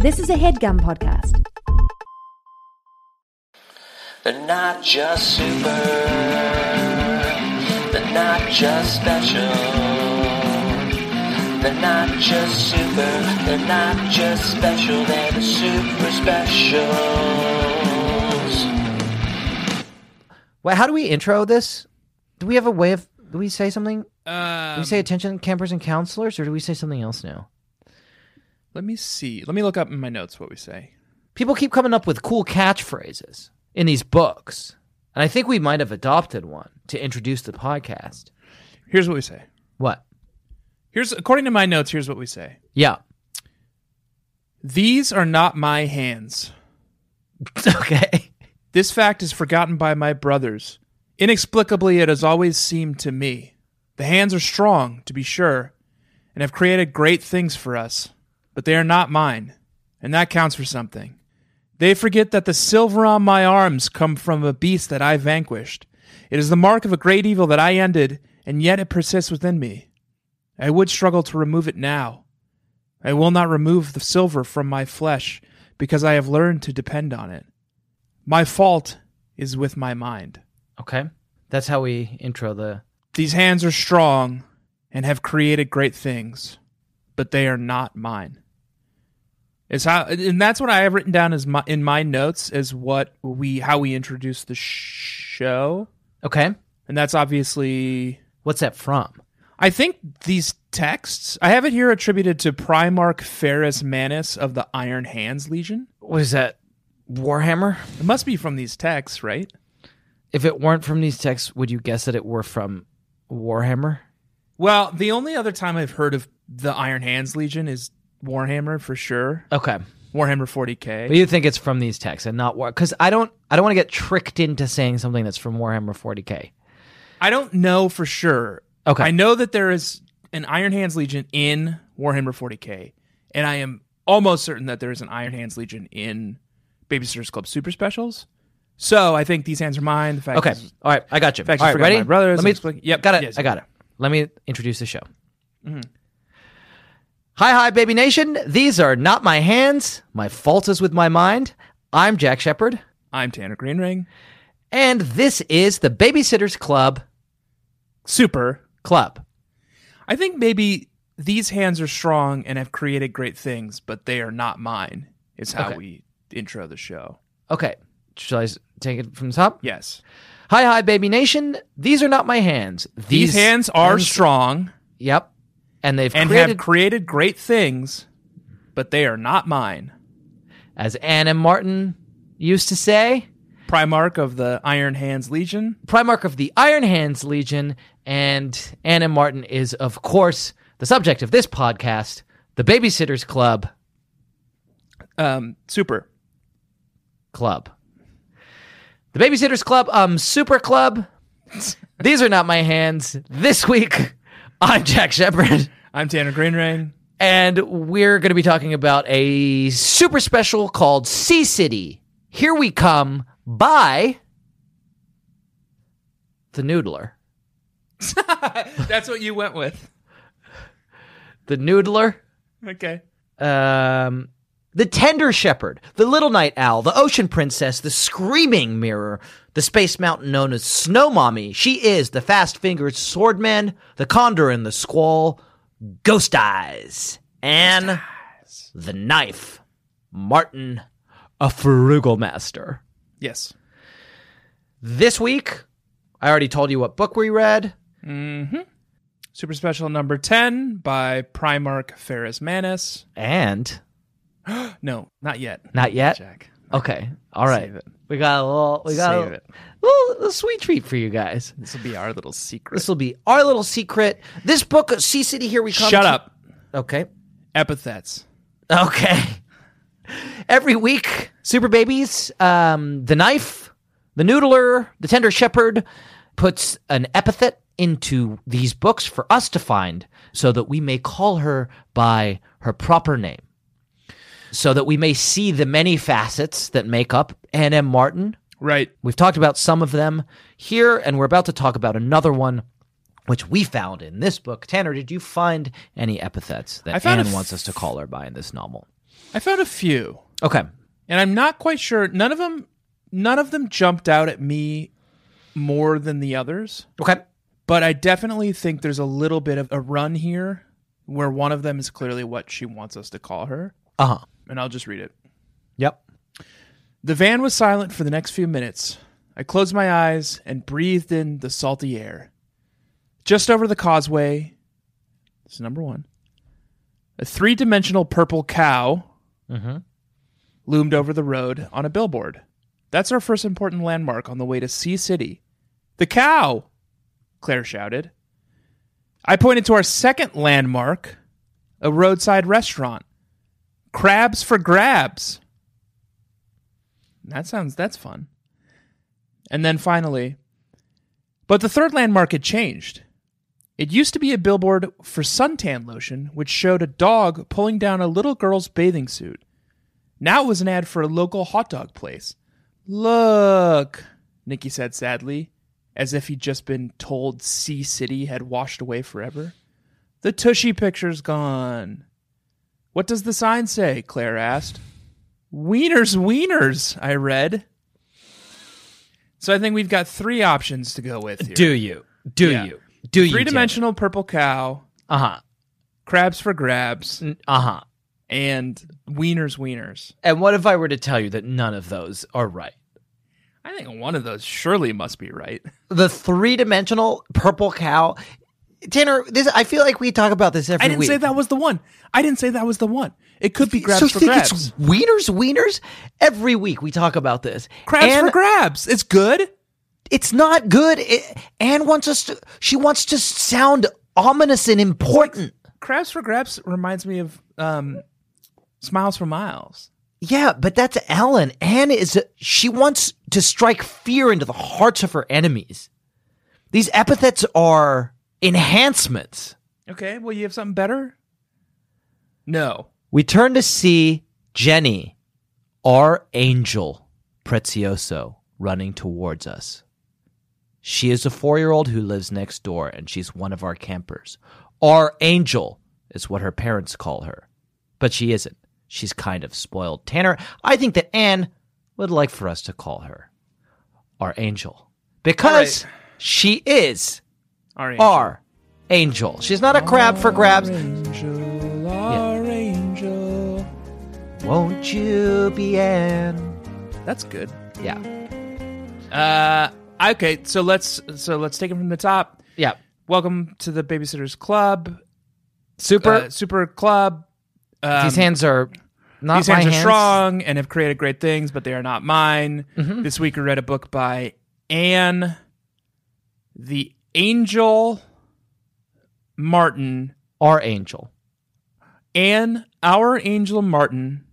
This is a headgum podcast. They're not just super. They're not just special. They're not just super. They're not just special. They're the super specials. Well, how do we intro this? Do we have a way of? Do we say something? do we say attention campers and counselors, or do we say something else now? Let me see. Let me look up in my notes what we say. People keep coming up with cool catchphrases in these books, and I think we might have adopted one to introduce the podcast. Here's what we say. What? Here's according to my notes, here's what we say. Yeah. These are not my hands. okay. This fact is forgotten by my brothers. Inexplicably it has always seemed to me. The hands are strong, to be sure, and have created great things for us, but they are not mine, and that counts for something. They forget that the silver on my arms come from a beast that I vanquished. It is the mark of a great evil that I ended, and yet it persists within me. I would struggle to remove it now. I will not remove the silver from my flesh because I have learned to depend on it. My fault is with my mind. Okay. That's how we intro the. These hands are strong and have created great things, but they are not mine. It's how, and that's what I have written down as my, in my notes as what we how we introduce the show, Okay. and that's obviously What's that from? I think these texts, I have it here attributed to Primarch Ferris Manus of the Iron Hands Legion. What is that? Warhammer? It must be from these texts, right? If it weren't from these texts, would you guess that it were from Warhammer? Well, the only other time I've heard of the Iron Hands Legion is Warhammer for sure. Okay. Warhammer 40K. But you think it's from these texts and not War? Because I don't, I don't want to get tricked into saying something that's from Warhammer 40k. I don't know for sure. Okay. I know that there is an Iron Hands Legion in Warhammer 40K, and I am almost certain that there is an Iron Hands Legion in Babysitter's Club Super Specials. So I think these hands are mine. The fact Okay, is- all right, I got you. All fact, you right, forgot ready? my brothers, Let me. I'm explain- yep, got it. yes. Mm-hmm. I got it. Let me introduce the show. Hi, hi, baby nation. These are not my hands. My fault is with my mind. I'm Jack Shepard, I'm Tanner Greenring. and this is the Babysitters Club Super. Club. I think maybe these hands are strong and have created great things, but they are not mine. Is how Okay. we intro the show. Okay, shall I s- take it from the top? Yes. Hi, hi, baby nation. These are not my hands. These, hands are strong Yep, and they've and created have created great things, but they are not mine. as Anne and Martin used to say, Primarch of the Iron Hands Legion. Primarch of the Iron Hands Legion, and Anna Martin is, of course, the subject of this podcast, the Babysitters Club Um, super. Club. The Babysitters Club, um, Super Club. These are not my hands. This week, I'm Jack Shepard, I'm Tanner Greenring. and we're going to be talking about a super special called Sea City. Here we come by the Noodler. That's what you went with. The Noodler. Okay. um, the tender shepherd, the little night owl, the ocean princess, the screaming mirror, the space mountain known as Snow Mommy. She is the fast fingered swordman, the condor and the squall, ghost eyes, and the knife, Martin, a frugal master. Yes. This week, I already told you what book we read. Super Special number 10 by Primarch Ferris Manus. And No, not yet. not yet. Jack. Okay. All right. Save it. We got a little we got Save a it. little, little sweet treat for you guys. This will be our little secret. This will be our little secret. This book, Sea City, here we come. Shut to- up. Okay. Epithets. Okay. Every week, Super Babies, um, the knife, the noodler, the tender shepherd puts an epithet into these books for us to find so that we may call her by her proper name. So that we may see the many facets that make up Anne M. Martin, Right. We've talked about some of them here, and we're about to talk about another one, which we found in this book. Tanner, did you find any epithets that I found a Anne f- wants us to call her by in this novel? I found a few, Okay. and I'm not quite sure. None of them, none of them jumped out at me more than the others. Okay. But I definitely think there's a little bit of a run here where one of them is clearly what she wants us to call her. Uh huh. And I'll just read it. Yep. The van was silent for the next few minutes. I closed my eyes and breathed in the salty air. Just over the causeway, this is number one, a three dimensional purple cow Mm-hmm. loomed over the road on a billboard. That's our first important landmark on the way to Sea City. The cow! Claire shouted. I pointed to our second landmark, a roadside restaurant. Crabs for grabs. That sounds that's fun. And then finally, but the third landmark had changed. It used to be a billboard for suntan lotion, which showed a dog pulling down a little girl's bathing suit. Now it was an ad for a local hot dog place. Look, Nicky said sadly, as if he'd just been told Sea City had washed away forever. The Tushy picture's gone. What does the sign say? Claire asked. Wieners, wieners, I read. So I think we've got three options to go with here. Do you? Do Yeah. you? Do you? Three dimensional purple cow, Uh huh. crabs for grabs, Uh huh. and wieners, wieners. And what if I were to tell you that none of those are right? I think one of those surely must be right. The three dimensional purple cow. Tanner, this I feel like we talk about this every I didn't week. say that was the one. I didn't say that was the one. It could be grabs so for think grabs. it's wieners, wieners. Every week we talk about this. crabs and for grabs. It's good. It's not good. It, Anne wants us to. She wants to sound ominous and important. Crabs for grabs reminds me of um, Smiles for Miles. Yeah, but that's Ellen. Anne is. She wants to strike fear into the hearts of her enemies. These epithets are enhancements. Okay, well, you have something better? No. We turn to see Jenny, our angel, Prezioso, running towards us. She is a four year old who lives next door, and she's one of our campers. Our angel is what her parents call her, but she isn't. She's kind of spoiled. Tanner, I think that Anne would like for us to call her our angel because she is All right. our angel. She's not a crab for grabs. Angel, our angel. Won't you be Anne? That's good. Yeah. Uh, okay, so let's so let's take it from the top. Yeah. Welcome to the Babysitters Club, Super. uh, Super Club. Um, these hands are not these my hands are strong and have created great things, but they are not mine. Mm-hmm. This week, we read a book by Anne, the Angel Martin, Our angel. Anne, our Angel Martin,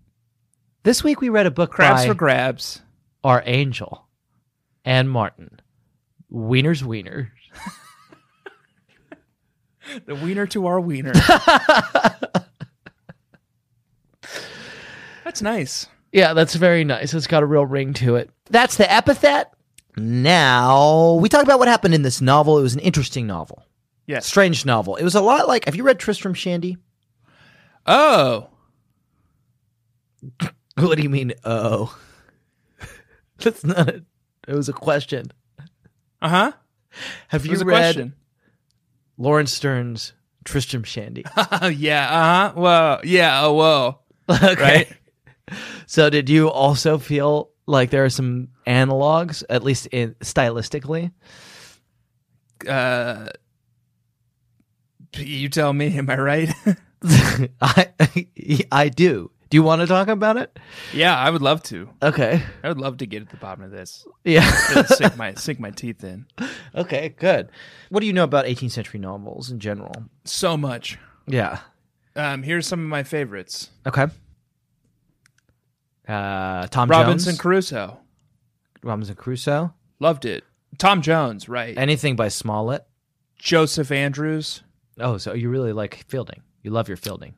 This week we read a book Crabs by for Grabs. our angel, Anne Martin. Wiener's wiener. The wiener to our wiener. That's nice. Yeah, that's very nice. It's got a real ring to it. That's the epithet. Now we talked about what happened in this novel. It was an interesting novel, Yes. strange novel. It was a lot like. Have you read Tristram Shandy? Oh, What do you mean? Oh, that's not. It. It was a question. uh huh. Have It you was a read question. Lawrence Stern's Tristram Shandy? Oh yeah. Uh huh. Whoa. Yeah. Oh, whoa. okay. Right. So did you also feel like there are some analogs, at least in stylistically? uh you tell me am i right I I do. Do you want to talk about it? yeah i would love to Okay. i would love to get at the bottom of this Yeah. Really sink my sink my teeth in okay, good. What do you know about 18th century novels in general? so much Yeah. um here's some of my favorites Okay. Uh Tom robinson Jones, crusoe Robinson Crusoe, loved it tom jones right anything by Smollett. joseph andrews Oh, so you really like Fielding. You love your Fielding.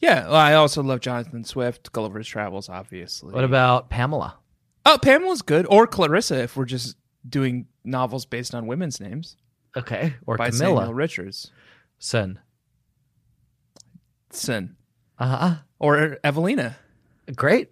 yeah well, i also love jonathan swift gulliver's travels obviously What about Pamela? oh pamela's good or clarissa if we're just doing novels based on women's names Okay. Or by samuel Camilla richards Son. sin Uh-huh. or evelina Great.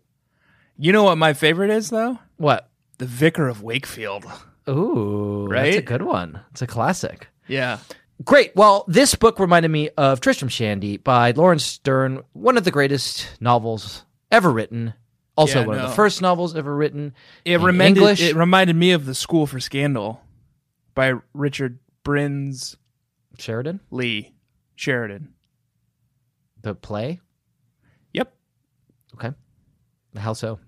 You know what my favorite is though? What? The Vicar of Wakefield. Ooh, that's a Right? good one. It's a classic. Yeah. Great. Well, this book reminded me of Tristram Shandy by Lawrence Stern, one of the greatest novels ever written. Also, Yeah, I one of know. the first novels ever written It in reminded English. it reminded me of The School for Scandal by Richard Brins Sheridan, Lee Sheridan. the play. Yep. Okay. How so?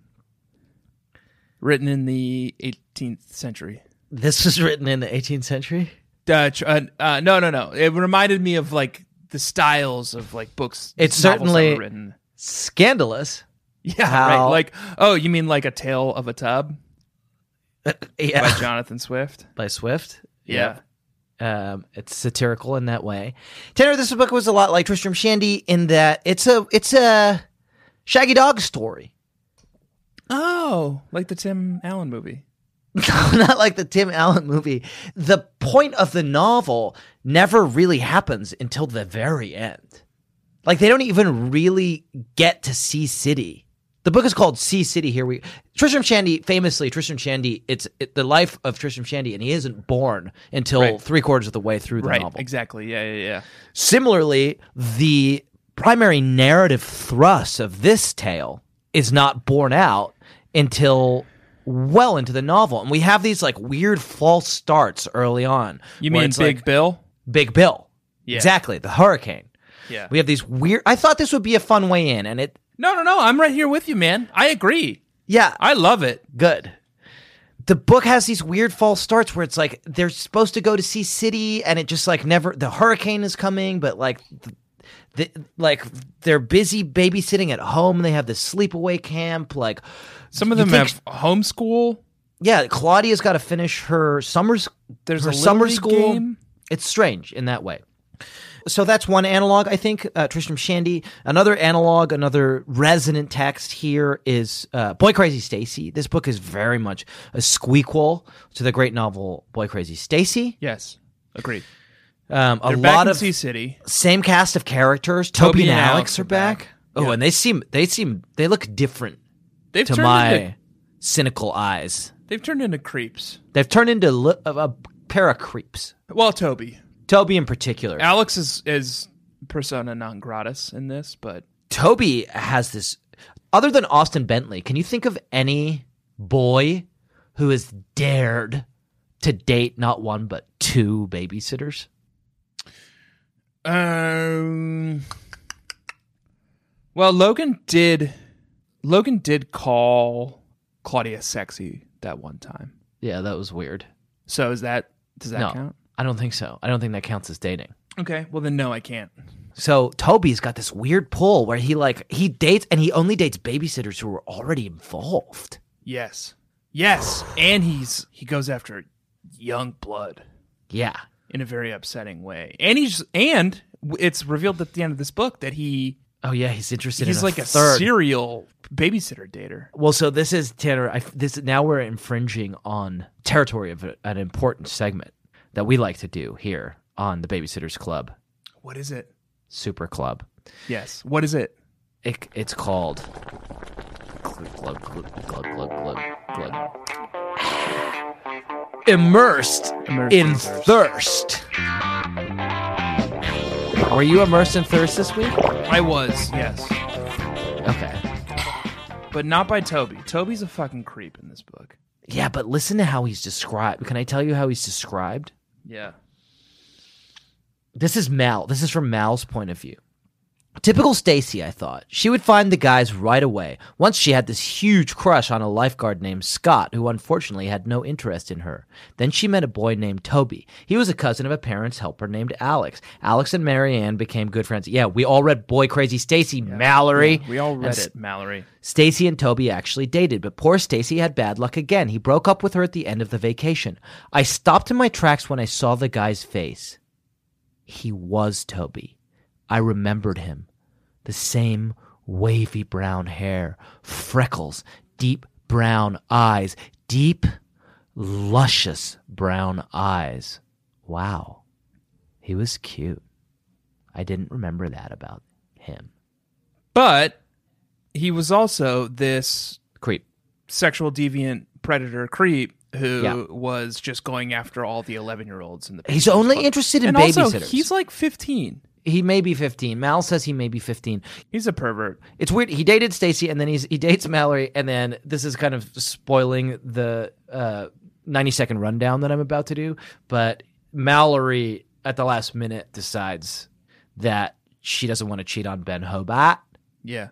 Written in the 18th century. This was written in the 18th century. Dutch. Uh, uh, no, no, no. It reminded me of like the styles of like books. It's novels that were certainly- written. Scandalous. Yeah, right. How- Like, oh, you mean like a Tale of a Tub yeah. by Jonathan Swift? by Swift. Yeah. um, it's satirical in that way. Tanner, this book was a lot like Tristram Shandy in that it's a it's a Shaggy Dog story, Oh, like the Tim Allen movie. not like the Tim Allen movie. The point of the novel never really happens until the very end. Like they don't even really get to Sea City. The book is called Sea City. Here we Tristram Shandy famously Tristram Shandy. It's it, the life of Tristram Shandy, and he isn't born until Right. three quarters of the way through the right. novel. Exactly. Yeah, yeah, yeah. Similarly, the primary narrative thrust of this tale is not borne out until well into the novel. And we have these like weird false starts early on. You where mean it's Big like, Bill? Big Bill. Yeah. Exactly. The hurricane. Yeah. We have these weird I thought this would be a fun way in and it no, no, no. I'm right here with you, man. I agree. yeah, I love it. good. The book has these weird false starts where it's like they're supposed to go to see city and it just like never the hurricane is coming but like the, the, like they're busy babysitting at home they have this sleepaway camp like Some of You them think- have homeschool. yeah Claudia's got to finish her summer's There's her a Little summer League school game. it's strange in that way so that's one analog i think uh, tristram shandy another analog another resonant text here is uh, boy crazy stacy this book is very much a squeakquel to the great novel boy crazy stacy Yes. Agreed. um, a They're back lot in of Sea City. same cast of characters toby, and, alex, are back, oh Yeah. and they seem they seem they look different They've to turned my into cynical eyes they've turned into creeps. they've turned into li- a, a pair of creeps Well, Toby. toby in particular Alex is is persona non gratis in this, but Toby has this. Other than Austin Bentley, can you think of any boy who has dared to date not one but two babysitters? um well, Logan did Logan did call Claudia sexy that one time. Yeah, that was weird. So is that does that no, count? I don't think so. I don't think that counts as dating. Okay, well then no, I can't. So Toby's got this weird pull where he like he dates and he only dates babysitters who are already involved. Yes. Yes, and he's he goes after young blood. Yeah. in a very upsetting way. And he's and it's revealed at the end of this book that he Oh yeah, he's interested. he's in like a, a third. serial babysitter dater. Well, so this is Tanner. I, this now we're infringing on territory of a- an important segment that we like to do here on the Babysitters Club What is it? Super Club. Yes. What is it? It, it's called Club Club Club Club Club Club. Immersed, Immersed in in thirst. Were you immersed in thirst this week? I was, yes. Okay. But not by Toby. Toby's a fucking creep in this book. Yeah, but listen to how he's described. Can I tell you how he's described? Yeah. This is Mal. This is from Mal's point of view. Typical Stacy, I thought. She would find the guys right away. Once she had this huge crush on a lifeguard named Scott, who unfortunately had no interest in her. Then she met a boy named Toby. He was a cousin of a parent's helper named Alex. Alex and Marianne became good friends. Yeah, we all read Boy Crazy Stacy, Mallory. We all And read S- it, Mallory. Stacy and Toby actually dated, but poor Stacy had bad luck again. He broke up with her at the end of the vacation. I stopped in my tracks when I saw the guy's face. He was Toby. I remembered him. The same wavy brown hair, freckles, deep brown eyes, deep, luscious brown eyes. Wow. He was cute. I didn't remember that about him. But he was also this Creep. sexual deviant predator creep who Yeah. was just going after all the 11 year olds in the He's Pictures only Club. interested in and babysitters. also he's like 15 he may be 15. Mal says he may be 15. he's a pervert It's weird. He dated Stacy, and then he's he dates Mallory, and then this is kind of spoiling the uh, ninety second rundown that I'm about to do. But Mallory, at the last minute, decides that she doesn't want to cheat on Ben Hobart, yeah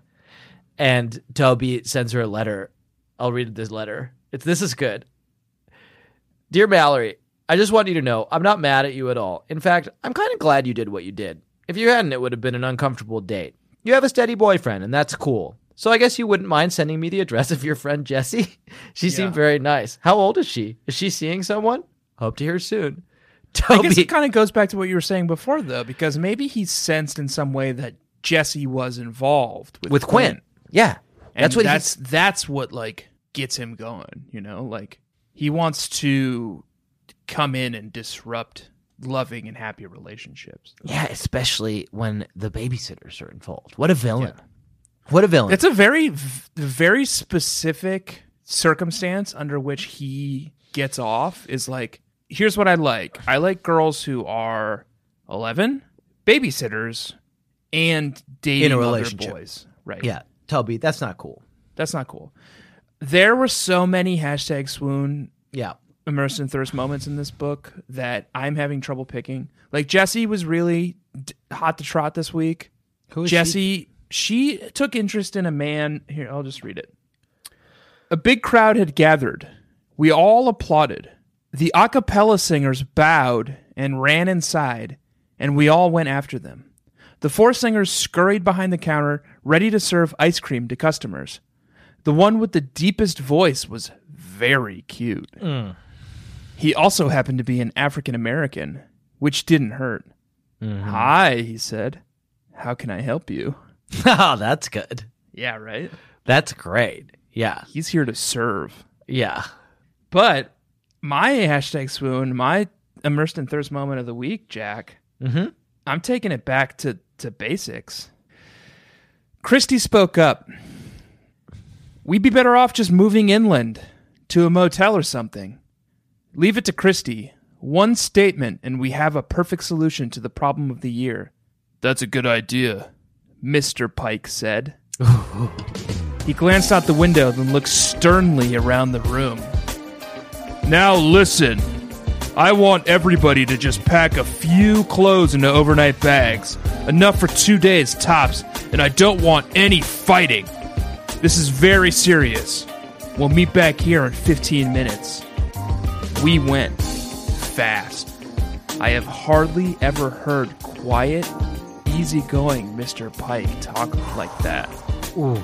and Toby sends her a letter. I'll read this letter. It's this is good. Dear Mallory, I just want you to know I'm not mad at you at all. In fact, I'm kind of glad you did what you did. If you hadn't, it would have been an uncomfortable date. You have a steady boyfriend, and that's cool. So I guess you wouldn't mind sending me the address of your friend Jessie. She Yeah. seemed very nice. How old is she? Is she seeing someone? Hope to hear soon. i guess Toby, it kind of goes back to what you were saying before though because maybe he sensed in some way that jesse was involved with, with Quinn. Yeah, And that's what he's- that's that's what like gets him going you know like he wants to come in and disrupt loving and happy relationships Yeah, especially when the babysitters are involved. What a villain. What a villain. It's a very, v- very specific circumstance under which he gets off. Is like, here's what I like. I like girls who are 11, babysitters, and In dating a other relationship. boys. Right. yeah, Toby, that's not cool. That's not cool. There were so many hashtag swoon Yeah. immersed in thirst moments in this book that I'm having trouble picking. Like Jesse was really d- hot to trot this week. Who is she? Jesse, she? took interest in a man. Here, I'll just read it. A big crowd had gathered. We all applauded. The a cappella singers bowed and ran inside, and we all went after them. The four singers scurried behind the counter, ready to serve ice cream to customers. The one with the deepest voice was very cute. He also happened to be an African American, which didn't hurt. Mm-hmm. Hi, he said. How can I help you? oh, that's good. Yeah, right? That's great. Yeah. He's here to serve. Yeah. But my hashtag swoon, my immersed in thirst moment of the week, Jack, Mhm. I'm taking it back to, to basics. Christy spoke up. We'd be better off just moving inland to a motel or something. Leave it to Christy. One statement, and we have a perfect solution to the problem of the year. That's a good idea, Mr. Pike said. he glanced out the window, then looked sternly around the room. Now listen. I want everybody to just pack a few clothes into overnight bags, enough for two days tops, and I don't want any fighting. This is very serious. We'll meet back here in 15 minutes. We went fast. I have hardly ever heard quiet, easygoing Mr. Pike talk like that. Ooh.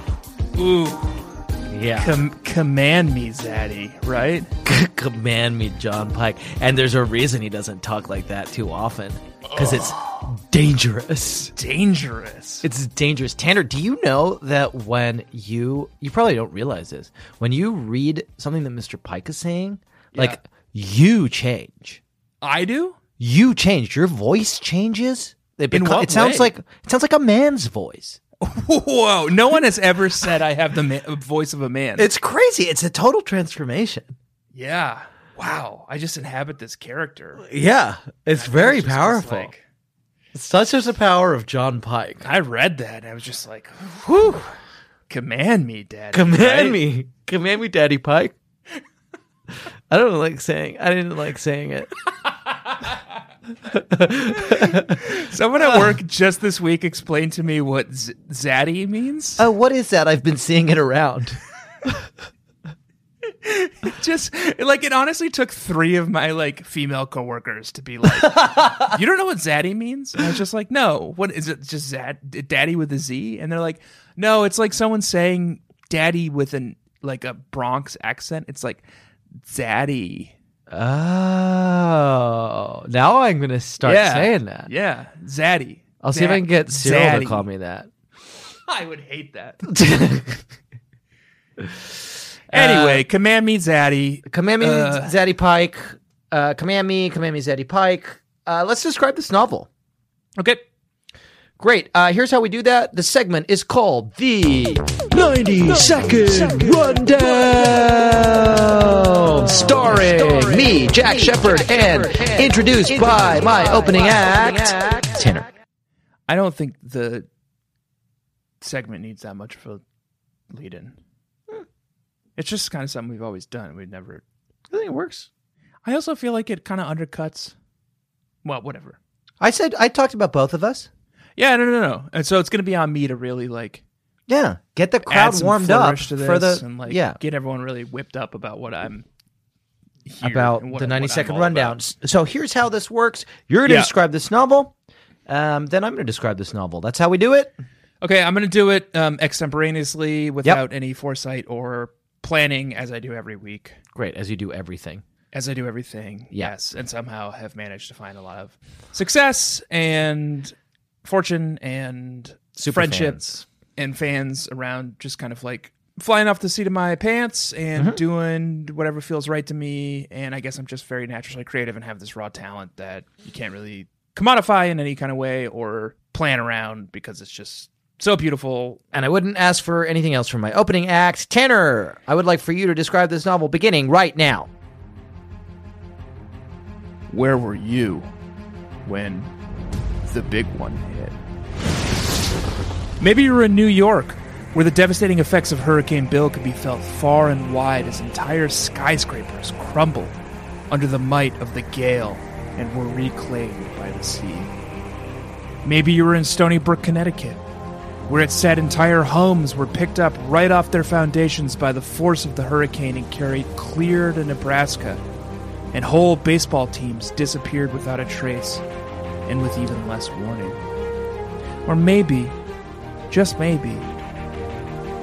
Ooh, Yeah. com- command me, Zaddy, right? Command me, John Pike. And there's a reason he doesn't talk like that too often because it's dangerous. Dangerous. It's dangerous. Tanner, do you know that when you you probably don't realize this, when you read something that Mr. Pike is saying, like you change. I do? you changed. Your voice changes. It, In beco- what it sounds way? like it sounds like a man's voice. Whoa! No one has ever said I have the ma- voice of a man. It's crazy. It's a total transformation. yeah. Wow. I just inhabit this character. Yeah, it's very It's just powerful. like- Such is the power of John Pike. I read that. And I was just like, "Whew! Command me, Daddy. Command right? me, command me, Daddy Pike. I don't like saying. I didn't like saying it. Someone Uh. at work just this week explained to me what z- zaddy means. Oh, what is that? I've been seeing it around. just like it honestly took three of my like female coworkers to be like, "You don't know what zaddy means?" And I was just like, "No, what is it? Just zad, daddy with a Z?" And they're like, "No, it's like someone saying daddy with an like a Bronx accent. It's like zaddy." Oh, now I'm gonna start yeah, saying that. Yeah, zaddy. I'll see if I can get Cyril Zaddy. to call me Uh, that. I would hate that. Anyway, command me zaddy. Command me, Uh, Zaddy Pike. Uh, command me, command me, Zaddy Pike. Uh, let's describe this novel. Okay. Great. Uh, here's how we do that. The segment is called the 90 Second Rundown, starring, me, Jack Shepard, and, introduced by my opening act, Tanner. I don't think the segment needs that much of a lead in. Hmm. It's just kind of something we've always done. We've never. I think it works. I also feel like it kind of undercuts. Well, whatever. I said I talked about both of us. Yeah, no, no, no. And so it's going to be on me to really like Yeah, get the add crowd some warmed up flourish to this for the and like yeah get everyone really whipped up about what I'm here about and what- the what 90 I'm second all about. rundown. S- So here's how this works. You're going to Yeah. describe this novel. Um, then I'm going to describe this novel. That's how we do it. Okay, I'm going to do it um, extemporaneously without any foresight or planning, as I do every week, Great, as you do everything. as I do everything. Yeah. Yes, and somehow have managed to find a lot of success and fortune and Super friendships and fans around, just kind of like flying off the seat of my pants and Mm-hmm. doing whatever feels right to me. And I guess I'm just very naturally creative and have this raw talent that you can't really commodify in any kind of way or plan around because it's just so beautiful And I wouldn't ask for anything else from my opening act. Tanner, I would like for you to describe this novel beginning right now. Where were you when the big one hit? Maybe you were in New York, where the devastating effects of Hurricane Bill could be felt far and wide as entire skyscrapers crumbled under the might of the gale and were reclaimed by the sea. Maybe you were in Stony Brook, Connecticut, where it said entire homes were picked up right off their foundations by the force of the hurricane and carried clear to Nebraska and whole baseball teams disappeared without a trace and with even less warning. Or maybe, just maybe,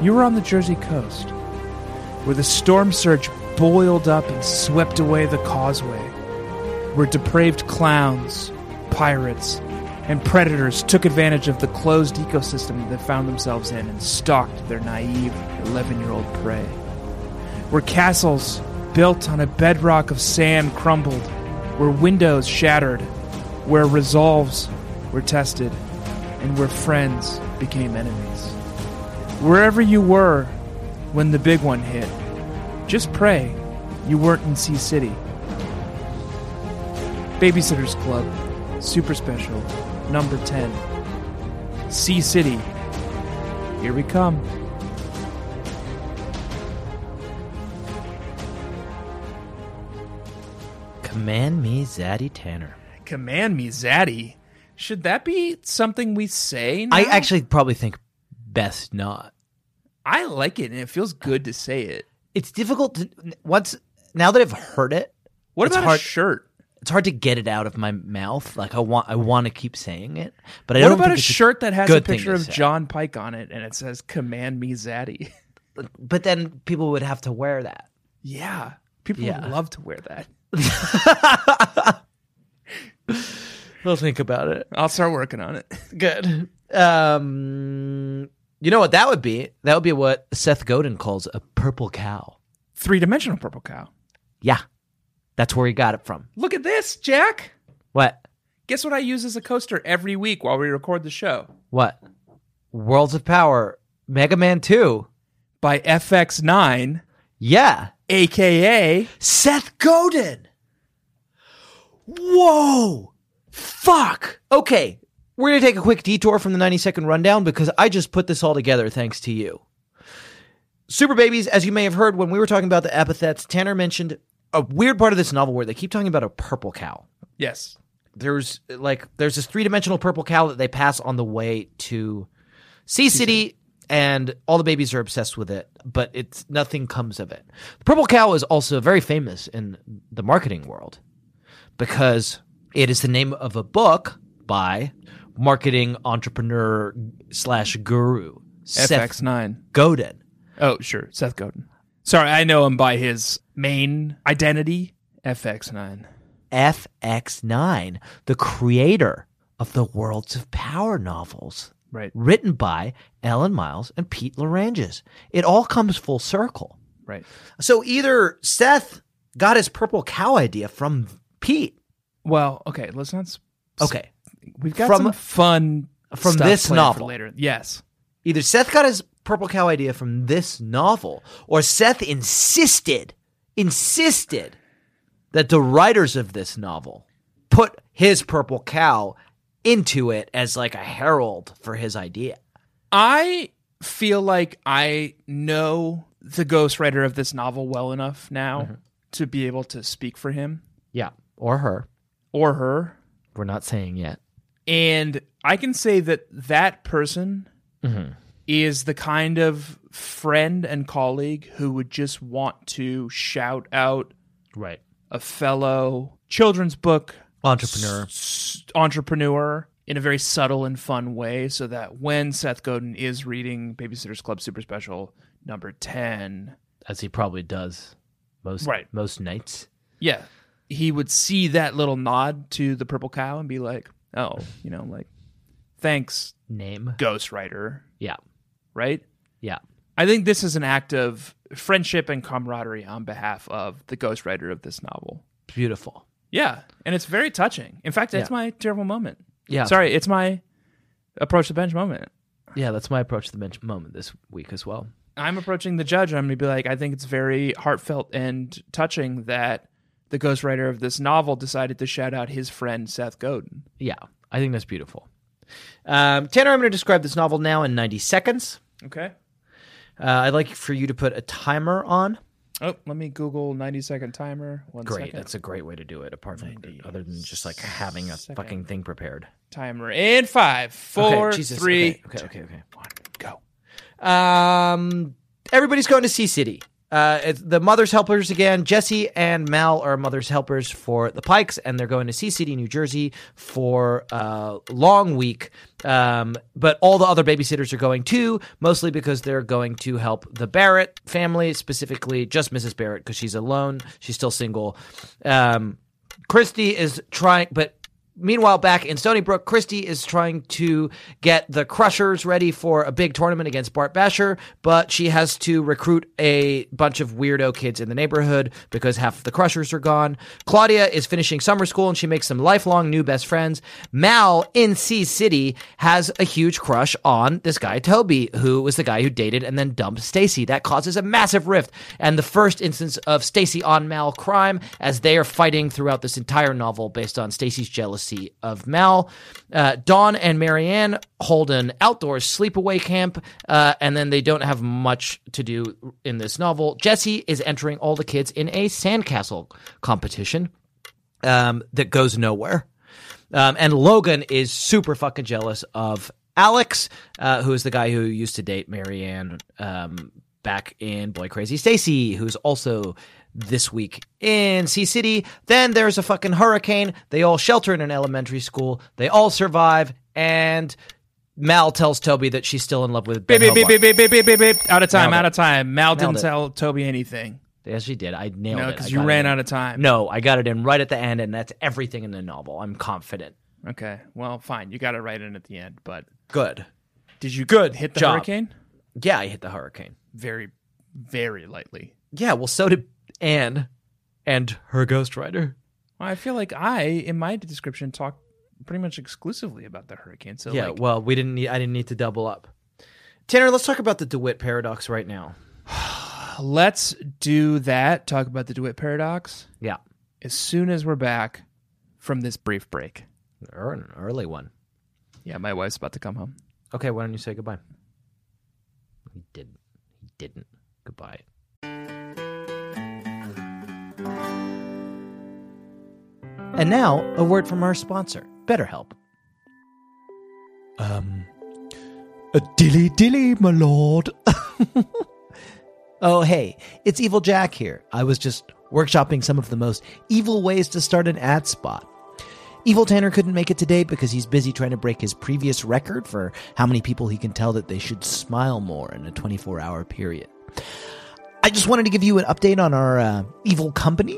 you were on the Jersey coast where the storm surge boiled up and swept away the causeway, where depraved clowns, pirates, and predators took advantage of the closed ecosystem they found themselves in and stalked their naive 11 year old prey where castles built on a bedrock of sand crumbled, where windows shattered, where resolves were tested, and where friends became enemies. Wherever you were when the big one hit, just pray you weren't in Sea City. Babysitter's Club, Super Special, number 10. Sea City. Here we come. Command me, Zaddy Tanner. command me zaddy should that be something we say now? I actually probably think best not. i like it and it feels good to say it It's difficult to once now that I've heard it, what It's about hard- a shirt it's hard to get it out of my mouth. Like I want I want to keep saying it, but I what don't about think a it's shirt that has a good thing picture to of say. john pike on it and it says command me zaddy But then people would have to wear that. yeah people Yeah. would love to wear that We'll think about it. i'll start working on it Good. Um, you know what that would be? That would be what Seth Godin calls a purple cow. three-dimensional purple cow Yeah, that's where he got it from. look at this jack What? guess what i use as a coaster every week while we record the show What? Worlds of Power, Mega Man Two. by fx9 Yeah, aka Seth Godin. Whoa! Fuck. Okay, we're gonna take a quick detour from the 90 second rundown because I just put this all together thanks to you. Super Babies, as you may have heard when we were talking about the epithets, Tanner mentioned a weird part of this novel where they keep talking about a purple cow. yes There's like there's this three dimensional purple cow that they pass on the way to Sea City, and all the babies are obsessed with it, but it's nothing comes of it. The purple cow is also very famous in the marketing world because it is the name of a book by marketing entrepreneur slash guru Seth fx9 Godin. Oh, sure. Seth Godin. Sorry, I know him by his main identity, FX9. FX9, the creator of the Worlds of Power novels, Right, written by Alan Miles and Pete Laranges. It all comes full circle. right. So either Seth got his purple cow idea from Pete. Well, okay, let's not. s- Okay. We've got From- some fun from stuff this planned for novel. later. Yes. Either Seth got his purple cow idea from this novel, or Seth insisted, insisted that the writers of this novel put his purple cow into it as like a herald for his idea. I feel like I know the ghostwriter of this novel well enough now Mm-hmm. to be able to speak for him Yeah. Or her. or her. We're not saying yet. And I can say that that person is the kind of friend and colleague who would just want to shout out Right. a fellow children's book Entrepreneur. s- entrepreneur in a very subtle and fun way so that when Seth Godin is reading Babysitters Club Super Special number 10, as he probably does most Right. most nights. yeah, he would see that little nod to the purple cow and be like, oh, you know, like, thanks, Name. ghostwriter, Yeah. right? Yeah. I think this is an act of friendship and camaraderie on behalf of the ghostwriter of this novel. Beautiful. Yeah, and it's very touching. In fact, it's Yeah. my terrible moment. Yeah. Sorry, it's my approach the bench moment. Yeah, that's my approach to the bench moment this week as well. I'm approaching the judge. I'm gonna be like, I think it's very heartfelt and touching that the ghostwriter of this novel decided to shout out his friend Seth Godin. Yeah. I think that's beautiful. Um, Tanner, I'm going to describe this novel now in 90 seconds. Okay. Uh, I'd like for you to put a timer on. Oh, let me Google 90 second timer. One second Great. That's a great way to do it, apart from other than just like having a fucking thing prepared. timer. And five, four, okay, Jesus, three, Okay, okay, okay. okay. one, go. Um, everybody's going to Sea City. Uh, it's the Mother's Helpers again. Jesse and Mal are Mother's Helpers for the Pikes, and they're going to Sea City, New Jersey for a long week. Um, but all the other babysitters are going too, mostly because they're going to help the Barrett family, specifically just Mrs. Barrett, because she's alone. She's still single. Um, Christy is trying, but meanwhile, back in Stony Brook, Christy is trying to get the Crushers ready for a big tournament against Bart Basher, but she has to recruit a bunch of weirdo kids in the neighborhood because half of the Crushers are gone. Claudia is finishing summer school and she makes some lifelong new best friends. Mal in Sea City has a huge crush on this guy, Toby, who was the guy who dated and then dumped Stacy. That causes a massive rift and the first instance of Stacy on Mal crime as they are fighting throughout this entire novel based on Stacy's jealousy of Mal. Uh, Dawn and Marianne hold an outdoor sleepaway camp, uh, and then they don't have much to do in this novel. Jesse is entering all the kids in a sandcastle competition um, that goes nowhere. Um, and Logan is super fucking jealous of Alex, uh, who is the guy who used to date Marianne um, back in Boy Crazy Stacy, who's also this week in Sea City. Then there's a fucking hurricane. They all shelter in an elementary school. They all survive. And Mal tells Toby that she's still in love with Ben Beep, beep, beep, Hobart. beep, beep, beep, beep, beep, beep. Out of time, Nailed out it. of time. Mal didn't it. tell Toby anything. Yes, she did. I nailed No, it. because I you got ran it. in. out of time. No, I got it in right at the end, and that's everything in the novel. I'm confident. Okay. Well, fine. You got it right in at the end, but Good. did you good hit the job. hurricane? Yeah, I hit the hurricane. Very, very lightly. Yeah, well, so did Anne and her ghostwriter. Well, I feel like I, in my description, talked pretty much exclusively about the hurricane. So Yeah, like, well, we didn't need. I didn't need to double up. Tanner, let's talk about the Dewitt paradox right now. let's do that. Talk about the DeWitt paradox Yeah, as soon as we're back from this brief break. or an early one. Yeah, my wife's about to come home. Okay, why don't you say goodbye? He didn't. He didn't. Goodbye. And now, a word from our sponsor, BetterHelp. Um, a dilly dilly, my lord. Oh, hey, it's Evil Jack here. I was just workshopping some of the most evil ways to start an ad spot. Evil Tanner couldn't make it today because he's busy trying to break his previous record for how many people he can tell that they should smile more in a 24 hour period. I just wanted to give you an update on our uh, evil company,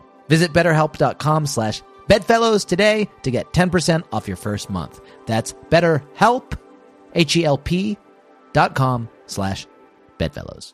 Visit betterhelp.com slash bedfellows today to get 10% off your first month. That's betterhelp, H-E-L-P dot com slash bedfellows.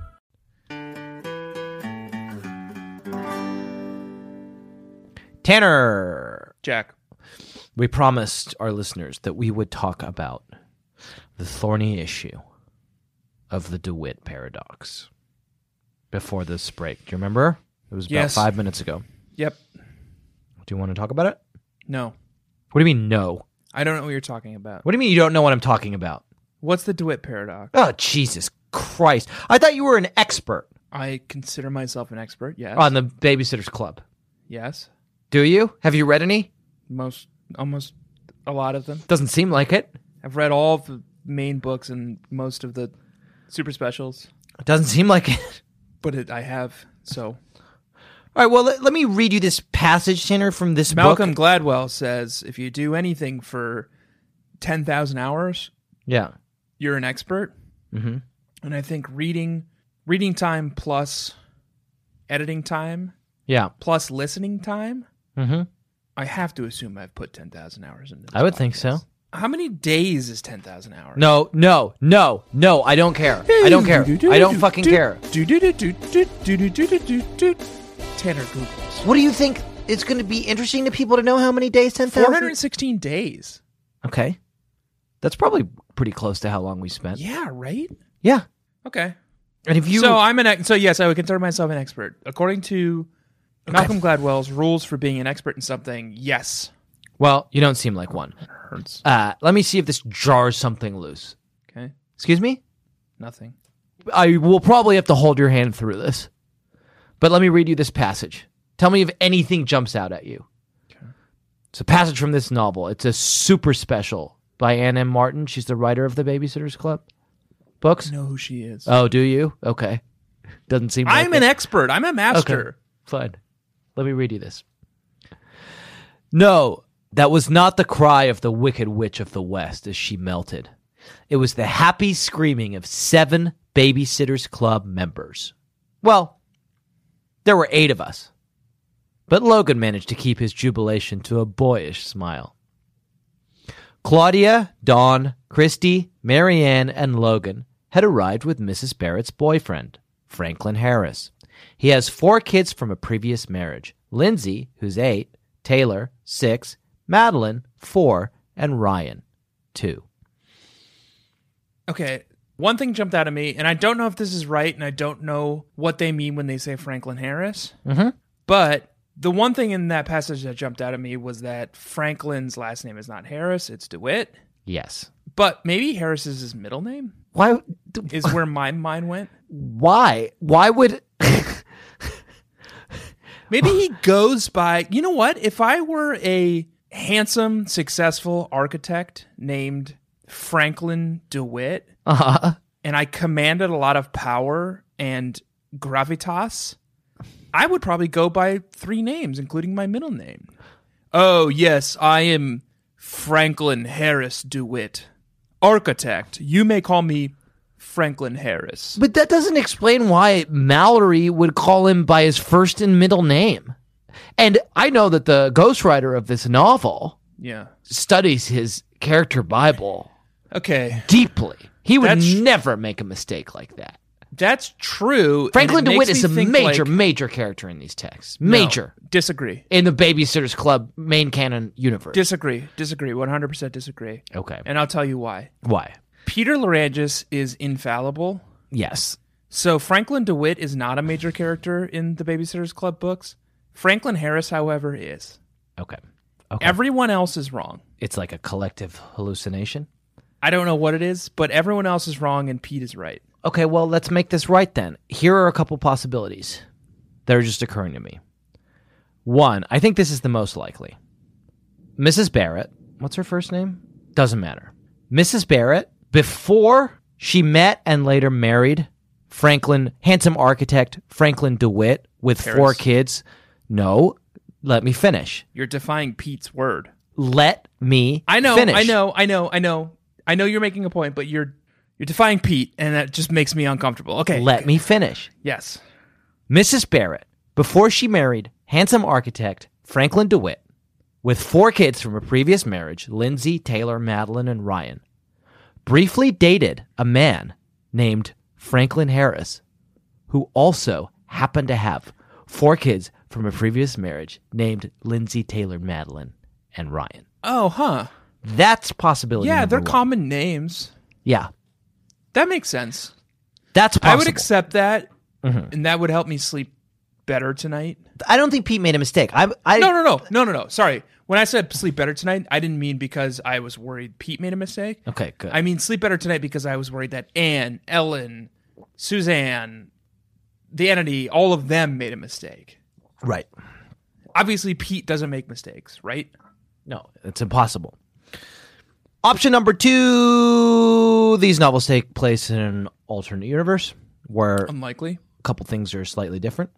Tanner. Jack. we promised our listeners that we would talk about the thorny issue of the DeWitt paradox before this break. Do you remember? It was about Yes. five minutes ago. Yep. Do you want to talk about it? No. What do you mean, no? I don't know what you're talking about. What do you mean you don't know what I'm talking about? What's the DeWitt paradox? Oh, Jesus Christ. I thought you were an expert I consider myself an expert. Yes. on the Babysitter's Club. yes. Do you? Have you read any? Most, almost a lot of them. Doesn't seem like it. I've read all of the main books and most of the super specials, Doesn't seem like it. but it, I have. So All right, well, let, let me read you this passage, Tanner, from this book. Malcolm Gladwell says if you do anything for 10,000 hours, Yeah. you're an expert. hmm And I think reading, reading time plus editing time Yeah. plus listening time, hmm I have to assume I've put 10,000 hours into this. I would think so. podcast. How many days is 10,000 hours? No, no, no, no, I don't care. I don't care. I don't fucking care. Tanner Googles. What do you think it's going to be interesting to people to know how many days 10,000? 416 days. Okay. That's probably pretty close to how long we spent. Yeah, right? Yeah. Okay. And if you so I'm an ex- so yes, I would consider myself an expert. According to Malcolm Gladwell's rules for being an expert in something, yes. Well, you don't seem like one. Hurts. Uh, let me see if this jars something loose. Okay. Excuse me? Nothing. I will probably have to hold your hand through this. But let me read you this passage. Tell me if anything jumps out at you. It's a passage from this novel. It's a super special by Anne M. Martin. She's the writer of the Babysitters Club books. know who she is. Oh, do you? Okay. Doesn't seem like I'm an it. expert. I'm a master. Okay. Fine. Let me read you this. No, that was not the cry of the wicked witch of the West as she melted. It was the happy screaming of seven Babysitters Club members. Well, there were eight of us. But Logan managed to keep his jubilation to a boyish smile. Claudia, Dawn, Christy, Marianne, and Logan had arrived with Mrs. Barrett's boyfriend, Franklin Harris. He has four kids from a previous marriage Lindsay, who's eight, Taylor, six, Madeline, four, and Ryan, two. Okay. One thing jumped out at me, and I don't know if this is right, and I don't know what they mean when they say Franklin Harris. Mm-hmm. But the one thing in that passage that jumped out at me was that Franklin's last name is not Harris, it's DeWitt. Yes. But maybe Harris is his middle name, Why? d- is where my mind went. Why? Why would? Maybe he goes by, you know what? If I were a handsome, successful architect named Franklin DeWitt, Uh-huh. and I commanded a lot of power and gravitas, I would probably go by three names, including my middle name. Oh, yes, I am Franklin Harris DeWitt, architect. You may call me Franklin Harris. But that doesn't explain why Mallory would call him by his first and middle name. And I know that the ghostwriter of this novel Yeah. studies his character Bible Okay. deeply. He would That's- never make a mistake like that. That's true. and Franklin it makes DeWitt is a me think, major, like- major character in these texts. No, Major. disagree. In the Babysitters Club main canon universe. Disagree. Disagree. 100% disagree. okay. And I'll tell you why. Why? Peter Larangis is infallible. Yes. So Franklin DeWitt is not a major character in the Babysitters Club books. Franklin Harris, however, is. Okay. Okay. Everyone else is wrong. it's like a collective hallucination. I don't know what it is, but everyone else is wrong and Pete is right. Okay, well, let's make this right then. Here are a couple possibilities that are just occurring to me. One, I think this is the most likely. Mrs. Barrett, what's her first name? Doesn't matter. Mrs. Barrett, before she met and later married Franklin, handsome architect Franklin DeWitt with four Harris. kids. No, let me finish. You're defying Pete's word. Let me I know, finish. I know, I know, I know. I know you're making a point, but you're you're defying Pete and that just makes me uncomfortable. Okay. Let me finish. Yes. Mrs. Barrett, before she married handsome architect Franklin DeWitt, with four kids from a previous marriage Lindsay, Taylor, Madeline, and Ryan, briefly dated a man named Franklin Harris, who also happened to have four kids from a previous marriage named Lindsay, Taylor, Madeline, and Ryan. Oh, huh. That's possibility. Yeah, number they're one. common names. Yeah, That makes sense. that's possible. Mm-hmm. I would accept that, and that would help me sleep better tonight. I don't think Pete made a mistake. I, I No, no, no, no, no, no. Sorry. When I said sleep better tonight, I didn't mean because I was worried Pete made a mistake. Okay, good. I mean sleep better tonight because I was worried that Anne, Ellen, Suzanne, the entity, all of them made a mistake. right. Obviously, Pete doesn't make mistakes, right? No, it's impossible. Option number two these novels take place in an alternate universe where a Unlikely. couple things are slightly different.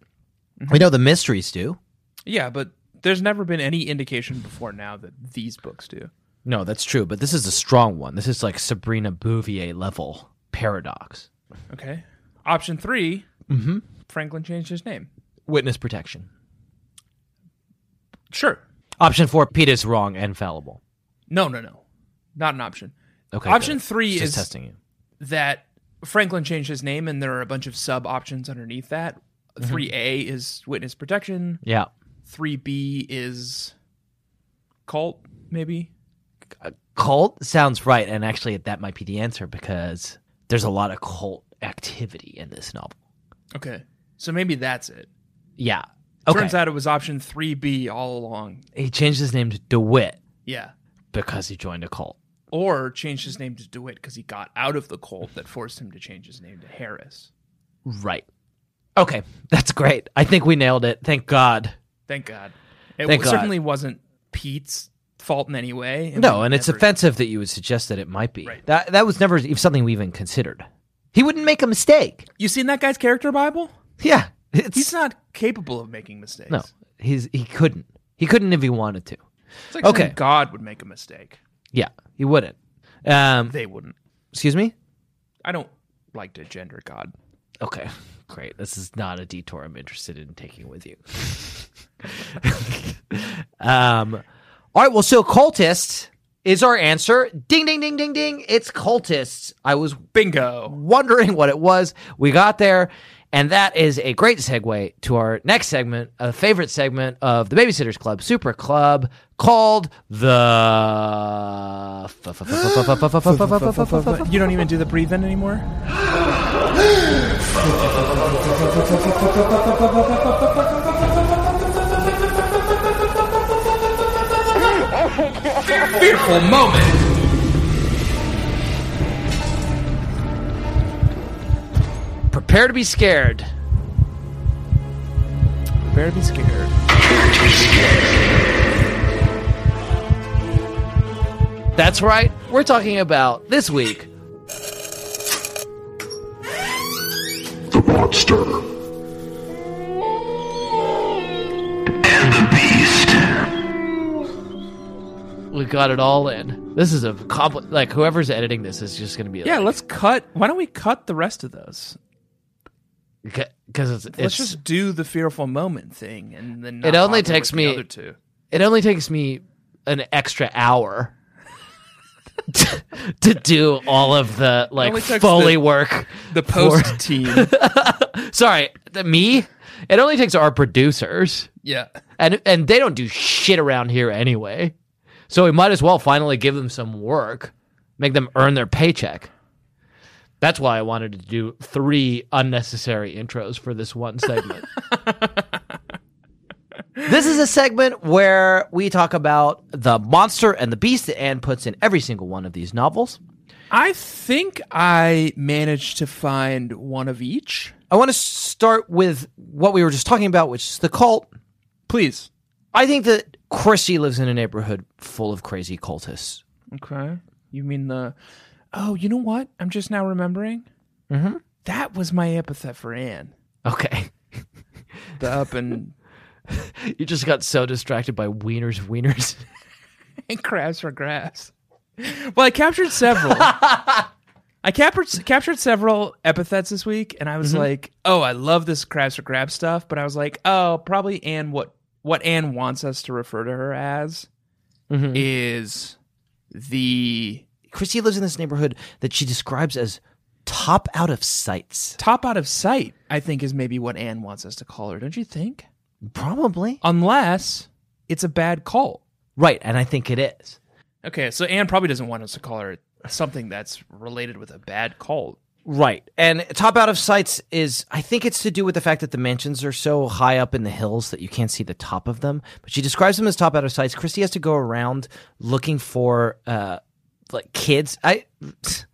mm-hmm. We know the mysteries do. Yeah, but there's never been any indication before now that these books do. No, that's true, but this is a strong one. This is like Sabrina Bouvier level paradox. Okay. Option 3 Mm-hmm. Franklin changed his name. Witness protection. Sure. Option four, Pete is wrong and fallible. No, no, no. Not an option. Okay. Option good. three Just is testing you. that Franklin changed his name, and there are a bunch of sub options underneath that. Mm-hmm. 3A is witness protection. Yeah. 3B is cult, maybe. Cult sounds right, and actually that might be the answer because there's a lot of cult activity in this novel. Okay. So maybe that's it. Yeah. Okay. Turns out it was option 3B all along. he changed his name to DeWitt Yeah. because he joined a cult. Or changed his name to DeWitt because he got out of the cult that forced him to change his name to Harris. Right. Okay, that's great. I think we nailed it. Thank God. Thank God. It Thank wa- God. certainly wasn't Pete's fault in any way. No, we and it's never- offensive that you would suggest that it might be. Right. That that was never even something we even considered. He wouldn't make a mistake. You seen that guy's character Bible? Yeah. It's He's not capable of making mistakes. No. He's he couldn't. He couldn't if he wanted to. It's like Okay. saying God would make a mistake. Yeah, he wouldn't. Um They wouldn't. excuse me? I don't like to gender God. Okay. Great. This is not a detour I'm interested in taking with you. um, all right. Well, so cultist is our answer. Ding, ding, ding, ding, ding. It's cultists. I was Bingo. wondering what it was. We got there. And that is a great segue to our next segment, a favorite segment of the Babysitters Club Super Club called the. You don't even do the breathe in anymore? Fearful moment. Prepare to be scared. Prepare to be scared. That's right. We're talking about this week. the monster and the beast We got it all in. This is a compli like whoever's editing this is just going to be Yeah, like, let's cut. Why don't we cut the rest of those? because it's, Let's it's just do the fearful moment thing, and then It not only bother takes with me- the other two. it only takes me an extra hour to, to do all of the like only takes foley the- work. The for- post team. Sorry, the, me. It only takes our producers, yeah, and and they don't do shit around here anyway. So we might as well finally give them some work, make them earn their paycheck. That's why I wanted to do three unnecessary intros for this one segment. this is a segment where we talk about the monster and the beast that Anne puts in every single one of these novels. I think I managed to find one of each. I want to start with what we were just talking about, which is the cult. Please. I think that Chrissy lives in a neighborhood full of crazy cultists. Okay. You mean the? Oh, you know what? I'm just now remembering. Mm-hmm. That was my epithet for Anne. Okay. The up and, You just got so distracted by Wiener's Wieners. and crabs for grass. Well, I captured several. I captured captured several epithets this week, and I was like, "Oh, I love this crabs for grabs stuff," but I was like, "Oh, probably Anne. What what Anne wants us to refer to her as Mm-hmm. is the Chrissy lives in this neighborhood that she describes as top out of sights. top out of sight." I think is maybe what Anne wants us to call her. Don't you think? Probably. unless it's a bad cult. Right, and I think it is. Okay, so Anne probably doesn't want us to call her something that's related with a bad cult. Right. And top out of sights is, I think it's to do with the fact that the mansions are so high up in the hills that you can't see the top of them. But she describes them as top out of sights. Christy has to go around looking for, uh, like kids. I,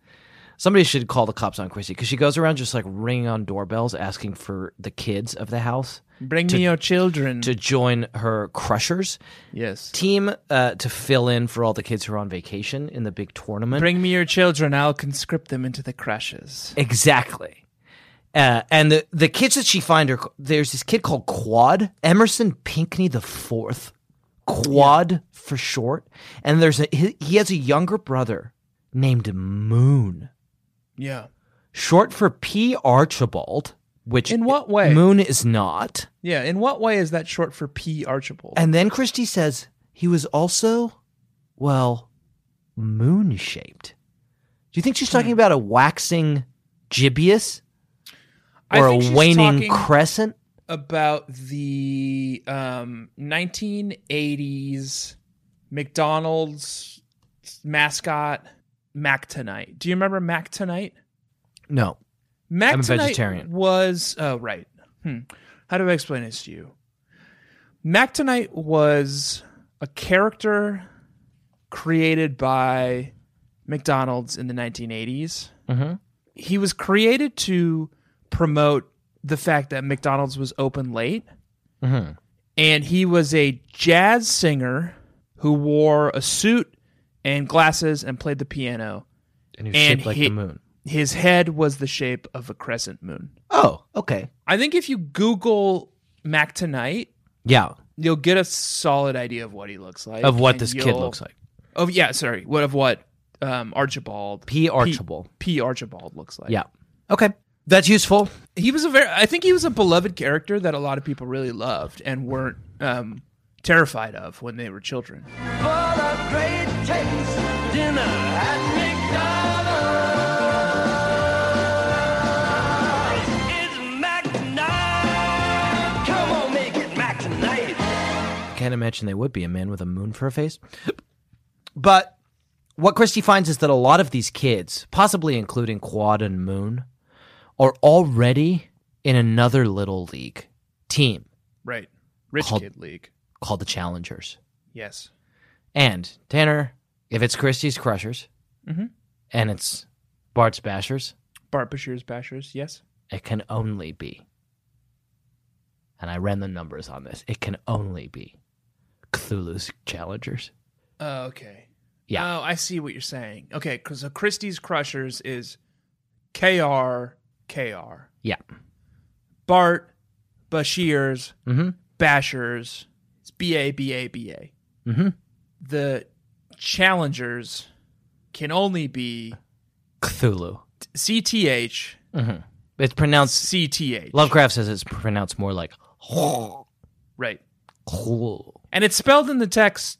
somebody should call the cops on Christy because she goes around just like ringing on doorbells asking for the kids of the house Bring me your children. to join her crushers yes. team uh, to fill in for all the kids who are on vacation in the big tournament. Bring me your children. I'll conscript them into the crushes. Exactly. Uh, and the, the kids that she find are there's this kid called Quad Emerson Pinckney the fourth, Quad for short, and there's a he, he has a younger brother named Moon, Yeah. short for P Archibald, which In what way? Moon is not. Yeah. In what way is that short for P. Archibald? And then Christie says he was also, well, moon shaped. Do you think she's Hmm. talking about a waxing gibbous I or a think she's waning talking crescent? about the um, 1980s McDonald's mascot Mac Tonight. Do you remember Mac Tonight? No. Mac I'm a Tonight vegetarian. Was oh right. Hmm. How do I explain this to you? Mac Tonight was a character created by McDonald's in the 1980s. Mm-hmm. He was created to promote the fact that McDonald's was open late, Mm-hmm. and he was a jazz singer who wore a suit and glasses and played the piano. And he was And shaped like he- the moon. His head was the shape of a crescent moon. Oh, okay. I think if you Google Mac Tonight, Yeah. you'll get a solid idea of what he looks like. Of what and this kid you'll- looks like. Oh yeah, sorry. What of what um, Archibald P. Archibald. P. Archibald looks like. Yeah. Okay. That's useful. he was a very. I think he was a beloved character that a lot of people really loved and weren't um, terrified of when they were children. I can't imagine they would be a man with a moon for a face. But what Christie finds is that a lot of these kids, possibly including Quad and Moon, are already in another little league team Right. Rich Called- Kid League. called the Challengers. Yes. And Tanner, if it's Christie's Crushers Mm-hmm. and it's Bart's Bashers, Bart Bashir's Bashers. Yes. it can only be and I ran the numbers on this. It can only be Cthulhu's challengers. Oh, okay. Yeah. Oh, I see what you're saying. Okay, because so Christie's Crushers is KR KR. Yeah. Bart Bashir's Mhm. Bashers. It's B A B A B A. Mhm. The challengers can only be Cthulhu. C T H It's pronounced C T H. Lovecraft says it's pronounced more like Right. Cthulhu. And it's spelled in the text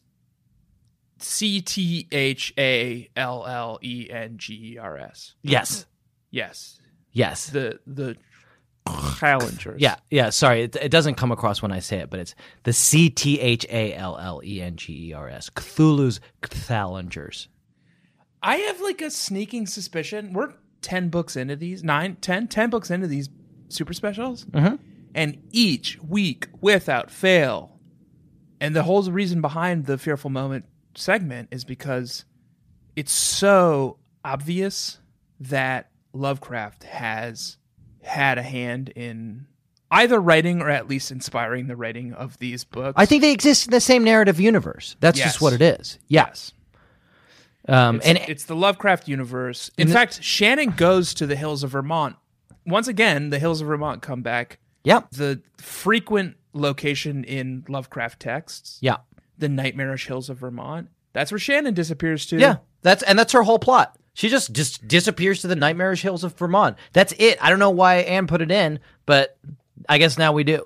C T H A L L E N G E R S. Yes. Yes. Yes. The the challengers. yeah, yeah. Sorry, it, it doesn't come across when I say it, but it's the C T H A L L E N G E R S. Cthulhu's Challengers. I have like a sneaking suspicion. We're 10 books into these, nine, 10, 10 books into these super specials. And each week, without fail, and the whole reason behind the Fearful Moment segment is because it's so obvious that Lovecraft has had a hand in either writing or at least inspiring the writing of these books. I think they exist in the same narrative universe. That's Yes. just what it is. Yes. Um, It's, and it's the Lovecraft universe. In fact, Shannon goes to the hills of Vermont. Once again, the hills of Vermont come back. yeah, The frequent location in Lovecraft texts, yeah, the nightmarish hills of Vermont. That's where Shannon disappears to. yeah. That's and that's her whole plot. She just just disappears to the nightmarish hills of Vermont. That's it. I don't know why Anne put it in, but I guess now we do.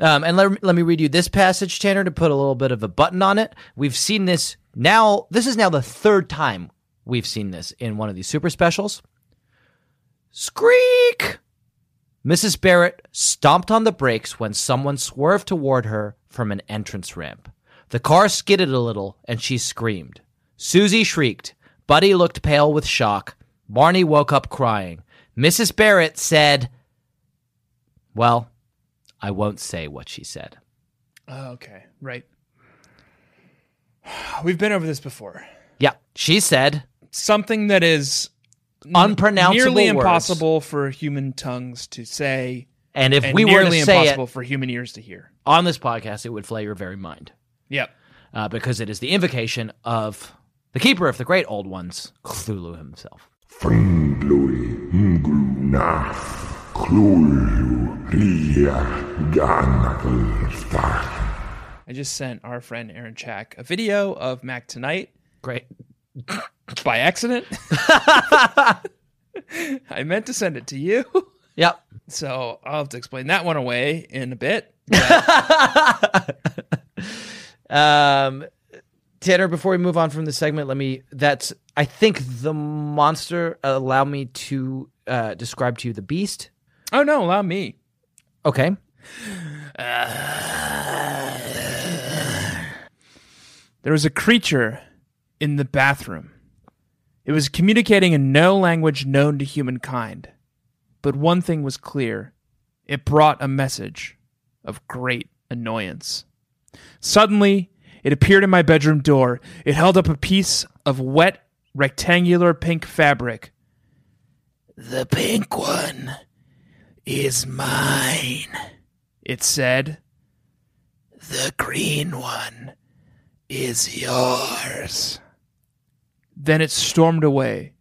Um, and let, let me read you this passage, Tanner, to put a little bit of a button on it. We've seen this now. This is now the third time we've seen this in one of these super specials. Screak! Mrs. Barrett stomped on the brakes when someone swerved toward her from an entrance ramp. The car skidded a little and she screamed. Susie shrieked. Buddy looked pale with shock. Barney woke up crying. Mrs. Barrett said, Well, I won't say what she said. Oh, okay. Right. We've been over this before. Yeah, she said, Something that is unpronounceable nearly words. impossible for human tongues to say, And if and we were to nearly say impossible it for human ears to hear. on this podcast, it would flay your very mind. Yep. uh, because it is the invocation of the keeper of the great old ones, Cthulhu himself. Fringlui mgruna klulu ria ganalftar. I just sent our friend Aaron Chack a video of Mac tonight Great. by accident. I meant to send it to you, Yep. so I'll have to explain that one away in a bit. But Um, Tanner, before we move on from this segment, let me. That's I think the monster. Allow me to uh, describe to you the beast. oh no, allow me. Okay. There was a creature in the bathroom. It was communicating in no language known to humankind. But one thing was clear it brought a message of great annoyance. Suddenly, it appeared in my bedroom door. It held up a piece of wet, rectangular pink fabric. The pink one is mine, it said. The green one is yours. Then it stormed away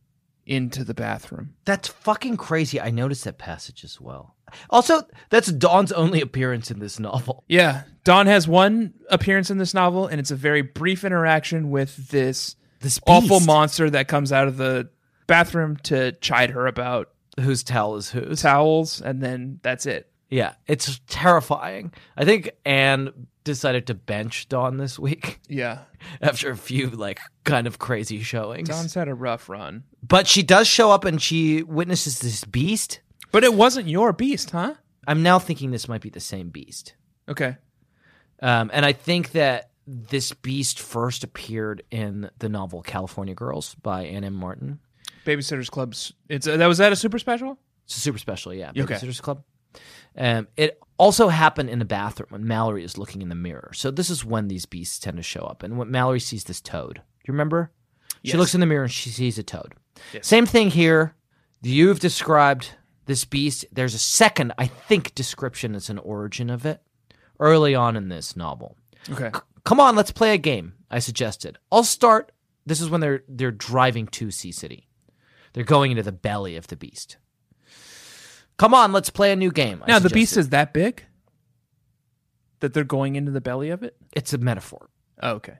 into the bathroom. That's fucking crazy. I noticed that passage as well. Also, that's Dawn's only appearance in this novel. Yeah, Don has one appearance in this novel, and it's a very brief interaction with this This beast, awful monster that comes out of the bathroom to chide her about whose towel is whose. towels, and then that's it. Yeah, it's terrifying. I think Anne decided to bench Dawn this week Yeah, after a few like kind of crazy showings. Don's had a rough run, But she does show up and she witnesses this beast. but it wasn't your beast, huh? I'm now thinking this might be the same beast. Okay, Um, and I think that this beast first appeared in the novel California Girls by Anne M. Martin. Babysitters Club's. It's uh, that was that a super special? It's a super special, yeah. Okay. Babysitter's Club. Um, it also happened in the bathroom when Mallory is looking in the mirror. So this is when these beasts tend to show up. And when Mallory sees this toad, do you remember? She looks in the mirror and she sees a toad. Same thing here. You've described this beast. There's a second, I think, description as an origin of it early on in this novel. Okay. Come on, let's play a game, I suggested. I'll start. This is when they're they're driving to Sea City. They're going into the belly of the beast. Come on, let's play a new game. I Now the beast suggested. is that big that they're going into the belly of it. it's a metaphor. Oh, okay.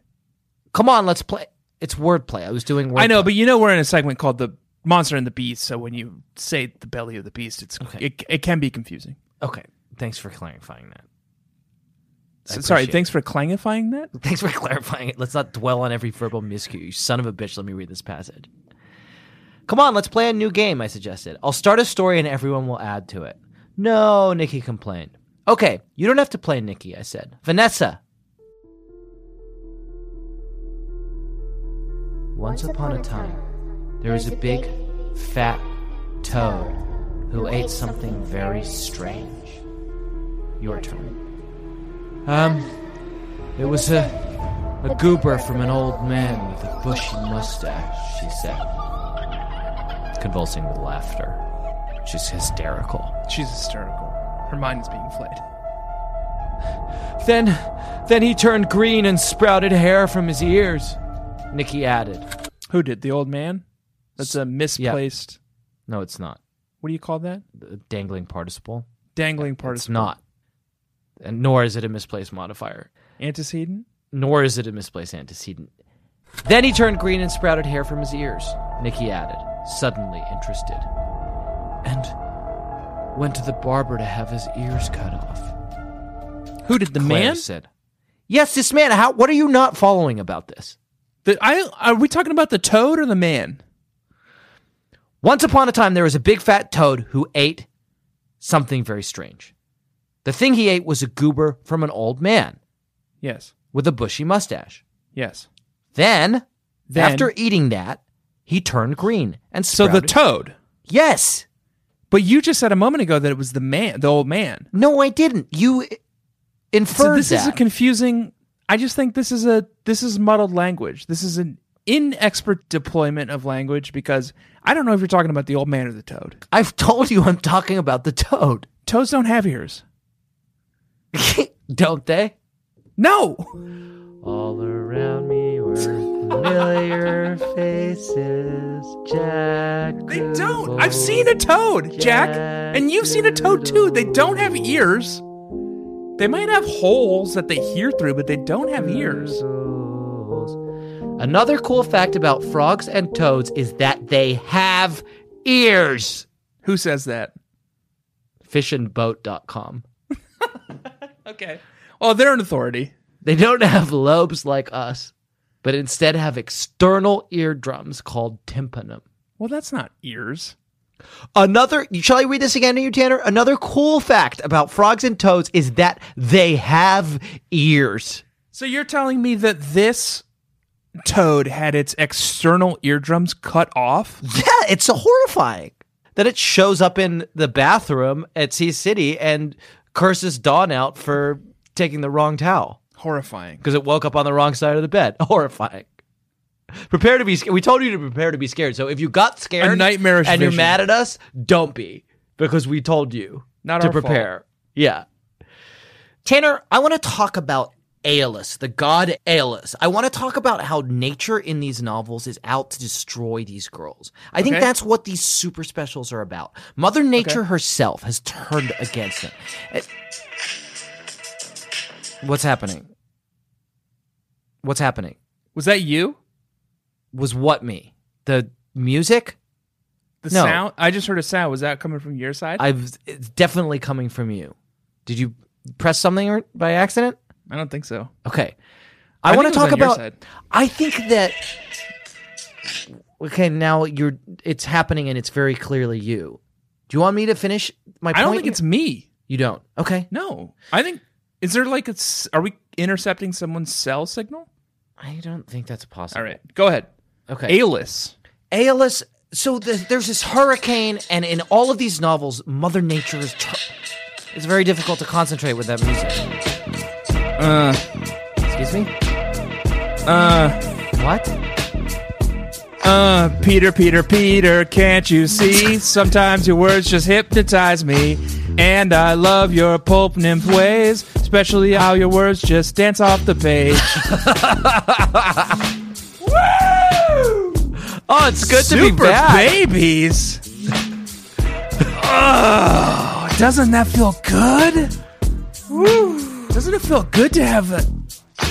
Come on, let's play. It's wordplay. I was doing wordplay. I know, but you know we're in a segment called the monster and the beast. So when you say the belly of the beast, it's it, it can be confusing. Okay. Thanks for clarifying that. So, sorry, appreciate thanks for clangifying that. Thanks for clarifying it. Let's not dwell on every verbal miscue. You son of a bitch. Let me read this passage. Come on, let's play a new game, I suggested. I'll start a story and everyone will add to it. No, Nikki complained. Okay, you don't have to play Nikki, I said. Vanessa. Once upon a time, there was a big, fat toad who ate something very strange. Your turn. Um, it was a, a goober from an old man with a bushy mustache, she said convulsing with laughter. She's hysterical. She's hysterical. Her mind is being flayed. Then, then he turned green and sprouted hair from his ears. Nikki added, Who did the old man? That's a misplaced. "No, it's not. What do you call that? The dangling participle. Dangling It's participle. not. And nor is it a misplaced modifier. antecedent. Nor is it a misplaced antecedent. Then he turned green and sprouted hair from his ears." Nikki added, suddenly interested, and went to the barber to have his ears cut off. Who did the Claire man? said. Yes, this man. How? What are you not following about this? The, I are we talking about the toad or the man? Once upon a time, there was a big fat toad who ate something very strange. The thing he ate was a goober from an old man Yes. with a bushy mustache. Yes. Then, Then- after eating that, he turned green and So sprouted. the toad. yes. But you just said a moment ago that it was the man, the old man. No, I didn't. You i- inferred so this is that. a confusing. I just think this is a this is muddled language. This is an inexpert deployment of language because I don't know if you're talking about the old man or the toad. I've told you I'm talking about the toad. Toads don't have ears. Don't they? No. All around me were familiar faces. Jack. They don't. I've seen a toad, Jack, and you've seen a toad too. They don't have ears. They might have holes that they hear through, but they don't have ears. Another cool fact about frogs and toads is that they have ears. Who says that? Fishandboat.com. Okay. Well, Oh, they're an authority. They don't have lobes like us, but instead have external eardrums called tympanum. Well, that's not ears. Another, shall I read this again to you, Tanner? Another cool fact about frogs and toads is that they have ears. So you're telling me that this toad had its external eardrums cut off? Yeah, it's horrifying that it shows up in the bathroom at Sea City and curses Dawn out for taking the wrong towel Horrifying. because it woke up on the wrong side of the bed. Horrifying. Prepare to be scared. We told you to prepare to be scared. So if you got scared, A nightmarish and you're vision. mad at us, don't be because we told you Not to our fault. prepare. Yeah. Tanner, I want to talk about Aeolus, the god Aeolus. I want to talk about how nature in these novels is out to destroy these girls. I think Okay. that's what these super specials are about. Mother Nature herself has turned against them. It- What's happening? What's happening? Was that you? Was what me? The music? The No. sound? I just heard a sound. Was that coming from your side? I, I've it's definitely coming from you. Did you press something or, by accident? don't think so. Okay. I, I want to think talk it was on your about. side. I think that. Okay, now you're. It's happening, and it's very clearly you. Do you want me to finish my point? I don't think it's me. You don't. Okay. No. I think is there like a s- are we intercepting someone's cell signal? I don't think that's possible. All right. Go ahead. Okay. Aeolus. Aeolus. So the, there's this hurricane, and in all of these novels, Mother Nature is. Tur- it's very difficult to concentrate with that music. Uh Excuse me. uh What? Uh, Peter, Peter, Peter, can't you see? Sometimes your words just hypnotize me. And I love your pulp nymph ways, especially how your words just dance off the page. Oh, it's good to be Super back. babies. oh, doesn't that feel good? Woo. Doesn't it feel good to have a,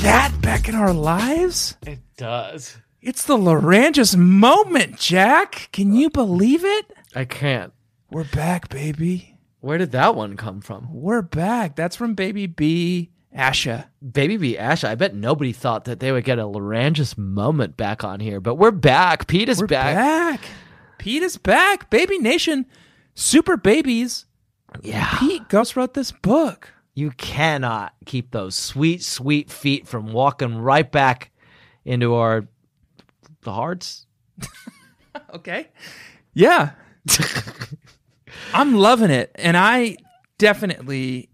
that back in our lives? It does. It's the laryngeus moment, Jack. Can you believe it? I can't. We're back, baby. Where did that one come from? We're back. That's from Baby B. Asha. Baby B. Asha. I bet nobody thought that they would get a laryngeous moment back on here, but we're back. Pete is We're back. back. Pete is back. Baby Nation. Super Babies. Yeah. Pete Gus wrote this book. You cannot keep those sweet, sweet feet from walking right back into our the hearts. Okay. Yeah. I'm loving it. And I definitely,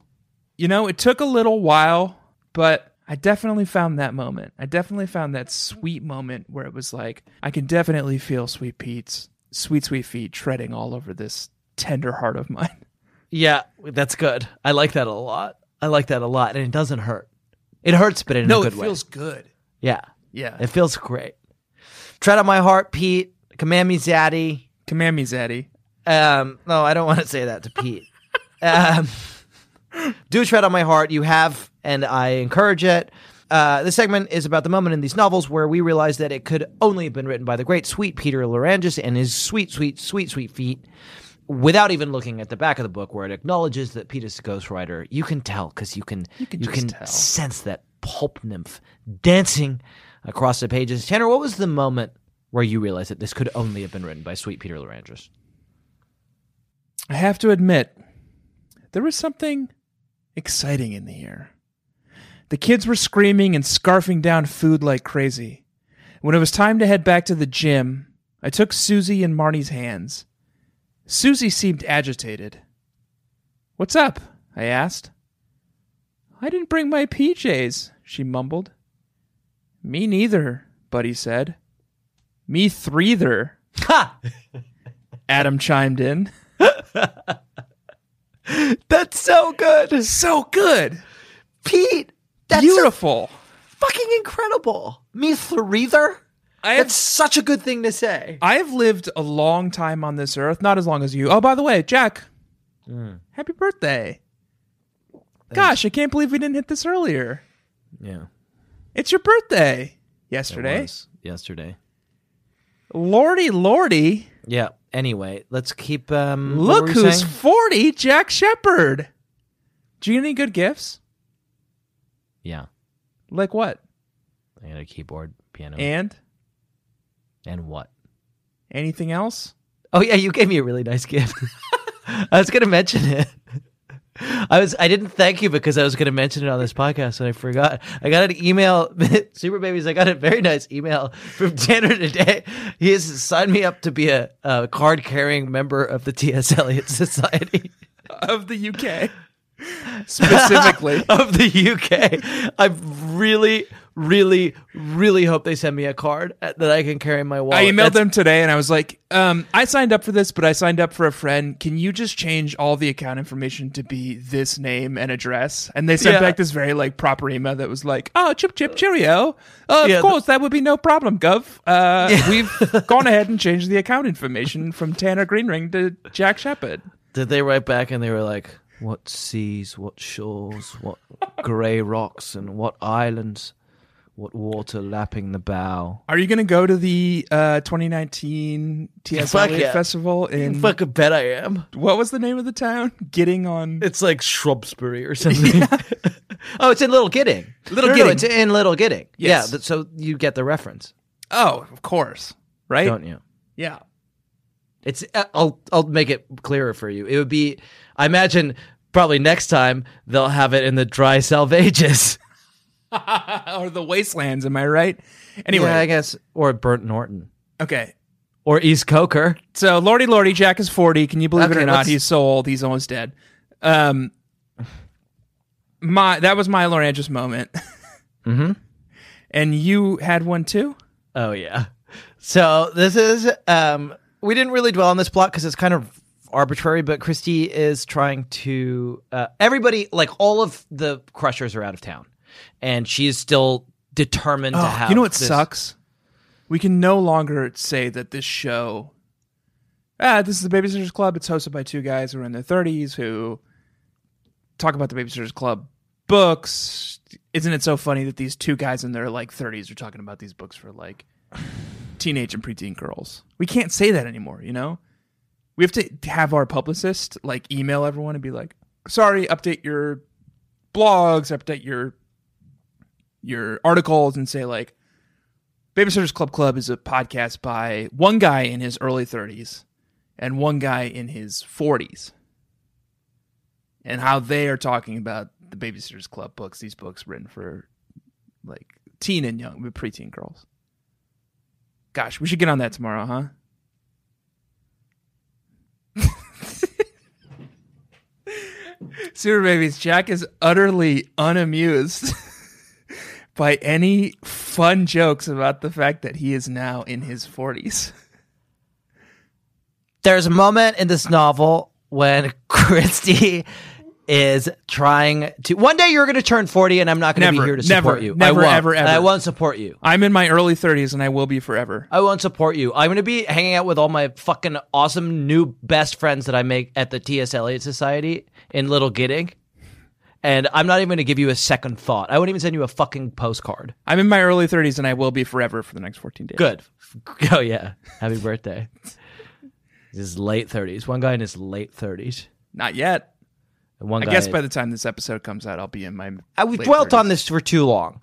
you know, it took a little while, but I definitely found that moment. I definitely found that sweet moment where it was like, I can definitely feel Sweet Pete's sweet, sweet feet treading all over this tender heart of mine. Yeah, that's good. I like that a lot. I like that a lot, and it doesn't hurt. It hurts, but in a good way. good. Yeah, Yeah. it feels great. Tread on my heart, Pete. Command me, Zaddy. Command me, Zaddy. Um, no, I don't want to say that to Pete. um, do tread on my heart. You have, and I encourage it. Uh, this segment is about the moment in these novels where we realize that it could only have been written by the great, sweet Peter Larangis and his sweet, sweet, sweet, sweet feet without even looking at the back of the book where it acknowledges that Peter's a ghostwriter. You can tell because you can, you can, just tell. sense that pulp nymph dancing across the pages. Tanner, what was the moment where you realized that this could only have been written by sweet Peter Larangis? I have to admit, there was something exciting in the air. The kids were screaming and scarfing down food like crazy. When it was time to head back to the gym, I took Susie and Marnie's hands. Susie seemed agitated. What's up? I asked. I didn't bring my PJs, she mumbled. Me neither, Buddy said. Me threether, Ha! Adam chimed in. That's so good. So good! Pete, that's so Beautiful! fucking incredible. Me threether? I That's have, such a good thing to say. I have lived a long time on this earth, not as long as you. Oh, by the way, Jack, happy birthday. Gosh, I can't believe we didn't hit this earlier. Yeah. It's your birthday yesterday. Yesterday. Lordy, lordy, Yeah. Anyway, let's keep um look who's 40, Jack Shepard. Do you need good gifts? Yeah. Like what? I got a keyboard, piano, And and what? anything else? Oh yeah, you gave me a really nice gift. I was gonna mention it. I was I didn't thank you because I was gonna mention it on this podcast and I forgot. I got an email Super Babies, I got a very nice email from Tanner today. He has signed me up to be a, a card carrying member of the T.S. Eliot Society. Of the UK. Specifically. of the UK. I really, really, really hope they send me a card that I can carry in my wallet. I emailed That's- them today and I was like, um, I signed up for this, but I signed up for a friend. Can you just change all the account information to be this name and address? And they sent Yeah. back this very like proper email that was like, oh, chip chip cheerio. Uh, Yeah, of the- course, that would be no problem, Gov. Uh, We've gone ahead and changed the account information from Tanner Greenring to Jack Shepard. did they write back and they were like, "What seas, what shores, what grey rocks, and what islands, what water lapping the bow?" Are you going to go to the uh, 2019 TS Fuck Eliot yeah. Festival in Fuck, I bet I am. what was the name of the town? Getting on It's like Shrubsbury or something. oh, it's in Little Gidding. Little Gidding. it's in Little Gidding. Yeah, Yes. th- so you get the reference, oh, of course, right? don't you? Yeah. It's uh, I'll I'll make it clearer for you. It would be I imagine probably next time they'll have it in the dry salvages. or the wastelands. Am I right? Anyway, yeah, I guess or Burnt Norton okay. or East Coker. So, Lordy, Lordy, Jack is forty. Can you believe it Okay, or not? let's- He's so old. He's almost dead. Um, my that was my Lorangis moment. mm-hmm. And you had one too. Oh yeah. So this is um we didn't really dwell on this plot because it's kind of arbitrary, but Christie is trying to uh, everybody like all of the crushers are out of town, and she is still determined to Oh, have. you know what this- sucks? We can no longer say that this show. Ah, this is the Babysitters Club. It's hosted by two guys who are in their thirties who talk about the Babysitters Club books. Isn't it so funny that these two guys in their like thirties are talking about these books for like teenage and preteen girls? We can't say that anymore. You know, we have to have our publicist like email everyone and be like, "Sorry, update your blogs, update your your articles and say like Babysitters Club Club is a podcast by one guy in his early 30s and one guy in his 40s. And how they are talking about the Babysitters Club books, these books written for like teen and young, but preteen girls. Gosh, we should get on that tomorrow, huh? Super Babies, Jack is utterly unamused by any fun jokes about the fact that he is now in his 40s. There's a moment in this novel when Christie is trying to. One day you're going to turn forty, and I'm not going to be Never, here to never, support you. never, I won't, ever, and ever. I won't support you. I'm in my early 30s and I will be forever. I won't support you. I'm going to be hanging out with all my fucking awesome new best friends that I make at the T.S. Eliot Society in Little Gidding. And I'm not even going to give you a second thought. I wouldn't even send you a fucking postcard. I'm in my early 30s and I will be forever for the next 14 days. Good. Oh, yeah. Happy birthday. This is late 30s. One guy in his late 30s. Not yet. And one I guy guess by the time this episode comes out, I'll be in my. I, we late dwelt 30s. on this for too long.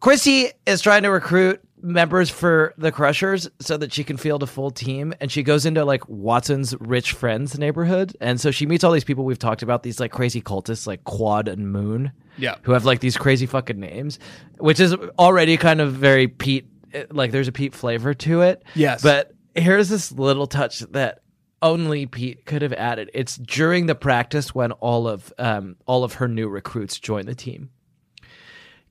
Chrissy is trying to recruit members for the Crushers so that she can field a full team, and she goes into like Watson's rich friends neighborhood, and so she meets all these people we've talked about, these like crazy cultists like Quad and Moon, Yeah. who have like these crazy fucking names, which is already kind of very Pete. Like there's a Pete flavor to it. Yes. but here's this little touch that only Pete could have added. It's during the practice when all of um, all of her new recruits join the team.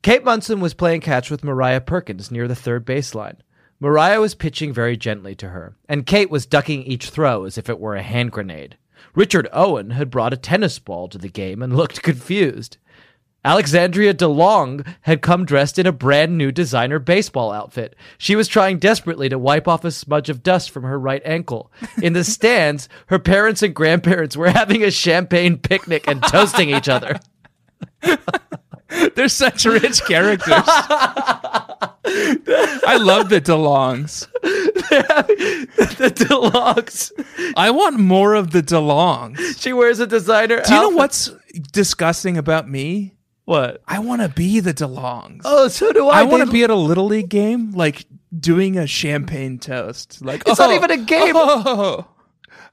Kate Munson was playing catch with Mariah Perkins near the third baseline. Mariah was pitching very gently to her, and Kate was ducking each throw as if it were a hand grenade. Richard Owen had brought a tennis ball to the game and looked confused. Alexandria DeLong had come dressed in a brand new designer baseball outfit. She was trying desperately to wipe off a smudge of dust from her right ankle. In the stands, her parents and grandparents were having a champagne picnic and toasting each other. They're such rich characters. I love the DeLongs. The DeLongs. I want more of the DeLongs. She wears a designer Do you know outfit. what's disgusting about me? What? I want to be the DeLongs. Oh, so do I. I want to They- be at a little league game, like doing a champagne toast. Like It's not even a game. Oh,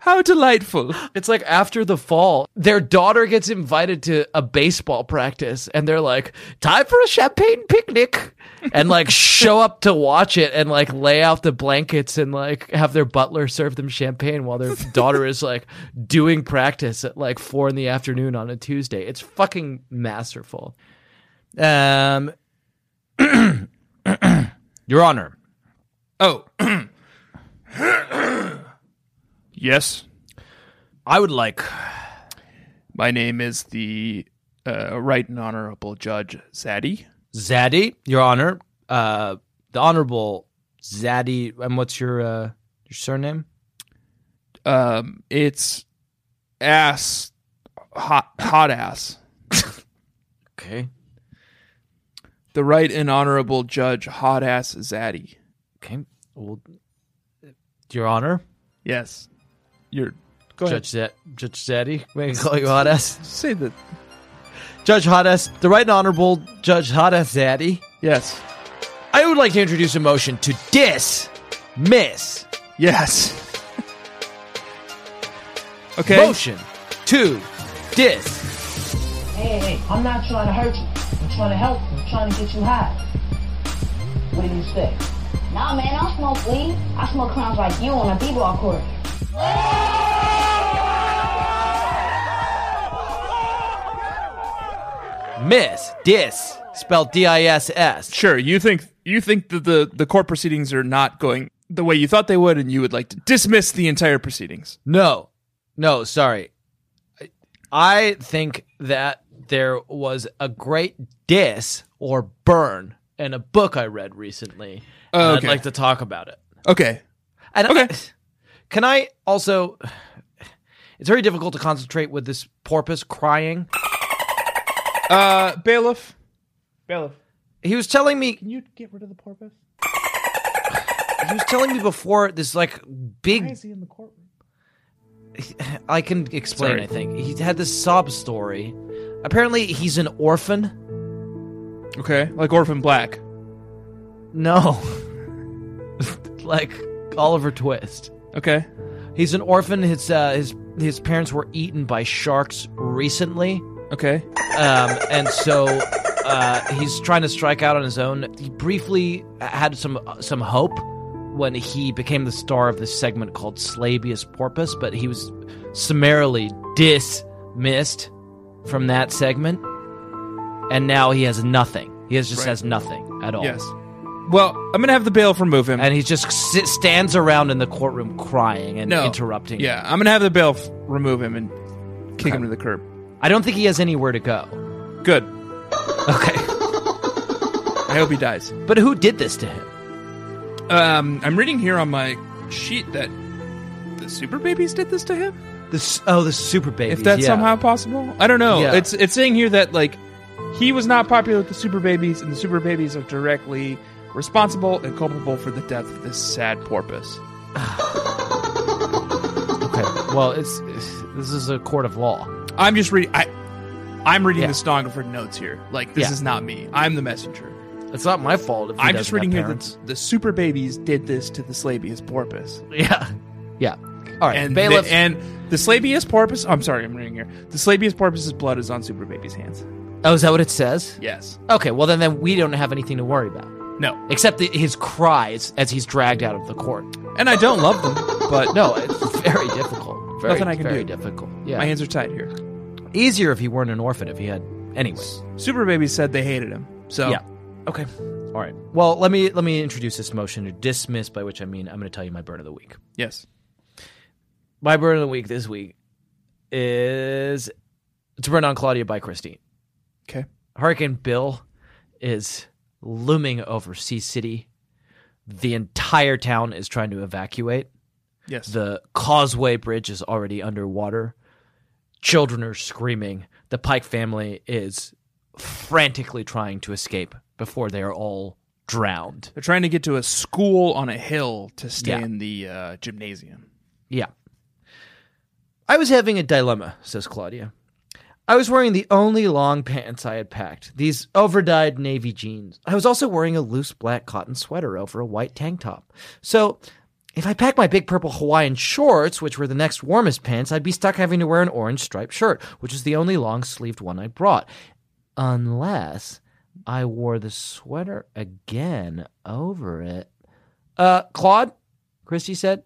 how delightful! It's like after the fall, their daughter gets invited to a baseball practice, and they're like, "Time for a champagne picnic," and like show up to watch it, and like lay out the blankets, and like have their butler serve them champagne while their daughter is like doing practice at like four in the afternoon on a Tuesday. It's fucking masterful. Um, Your Honor. Oh, yes. I would like My name is the uh, Right and Honorable Judge Zaddy. Zaddy, Your Honor, uh, the Honorable Zaddy, and what's your uh, your surname? Um, it's ass, hot, hot ass. Okay, The Right and Honorable Judge Hot Ass Zaddy. okay. Well, Your Honor, Yes, you're. Go Judge Z- Judge Zaddy, may I call you Hot Ass? ahead. Say the Judge Hot Ass, the Right and Honorable Judge Hot Ass Zaddy. yes, I would like to introduce a motion to dismiss yes. okay. motion to dis. Hey, hey, I'm not trying to hurt you. I'm trying to help you. I'm trying to get you high. What do you say? Nah, man, I don't smoke weed. I smoke clowns like you on a b-ball court. Miss dis spelled D I S S. Sure, you think you think that the, the court proceedings are not going the way you thought they would, and you would like to dismiss the entire proceedings. No, no, sorry. I- I think that there was a great diss or burn in a book I read recently. and Oh, okay. I'd like to talk about it. Okay. And Okay. I- can I also? It's very difficult to concentrate with this porpoise crying. Uh, bailiff. Bailiff. He was telling me Can you get rid of the porpoise? he was telling me before this like Why big is he in the courtroom? I can explain, Sorry. I think. He had this sob story. Apparently he's an orphan. Okay, like Orphan Black. No. like Oliver Twist. Okay. He's an orphan. His uh, his his parents were eaten by sharks recently, Okay. um, and so uh, he's trying to strike out on his own. He briefly had some some hope when he became the star of this segment called Slabius Porpoise, but he was summarily dismissed from that segment, and now he has nothing. He has just Right. has nothing at all. Yes. Well, I'm gonna have the bailiff remove him. And he just sit, stands around in the courtroom crying and no interrupting. Yeah, I'm gonna have the bailiff remove him and kick him to the curb. I don't think he has anywhere to go. Good. Okay. I hope he dies. But who did this to him? Um, I'm reading here on my sheet that the super babies did this to him. The s- oh, the super baby. If that's somehow possible, I don't know. Yeah. It's it's saying here that like he was not popular with the super babies, and the super babies are directly responsible and culpable for the death of this sad porpoise. Okay. Well, it's, it's- this is a court of law. I'm just reading. I I'm reading Yeah. the stenographer notes here. Like this Yeah. is not me. I'm the messenger. It's not my fault. If he I'm just doesn't reading have here that parents. the super babies did this to the slabius porpoise. Yeah. Yeah. All right. and bailiff. The, and the Slabius porpoise. I'm sorry, I'm reading here. The Slabius porpoise's blood is on Super Baby's hands. oh, is that what it says? Yes. Okay. Well, then, then we don't have anything to worry about No. except the, his cries as he's dragged out of the court. And I don't love them, but No, it's very difficult. Very, Nothing I can very do. difficult. Yeah. my hands are tied here. Easier if he weren't an orphan. If he had. Anyways. Super Baby said they hated him. So Yeah. Okay. All right. Well, let me let me introduce this motion to dismiss, by which I mean I'm going to tell you my burn of the week. yes. My burn of the week this week is it's burn on Claudia by Christine. Okay. Hurricane Bill is looming over Sea City. The entire town is trying to evacuate. Yes. The Causeway Bridge is already underwater. Children are screaming. The Pike family is frantically trying to escape before they are all drowned. They're trying to get to a school on a hill to stay Yeah. in the uh, gymnasium. Yeah. I was having a dilemma, says Claudia. I was wearing the only long pants I had packed, these overdyed navy jeans. I was also wearing a loose black cotton sweater over a white tank top. So, if I packed my big purple Hawaiian shorts, which were the next warmest pants, I'd be stuck having to wear an orange striped shirt, which was the only long sleeved one I brought. Unless I wore the sweater again over it. Uh, Claude, Christy said,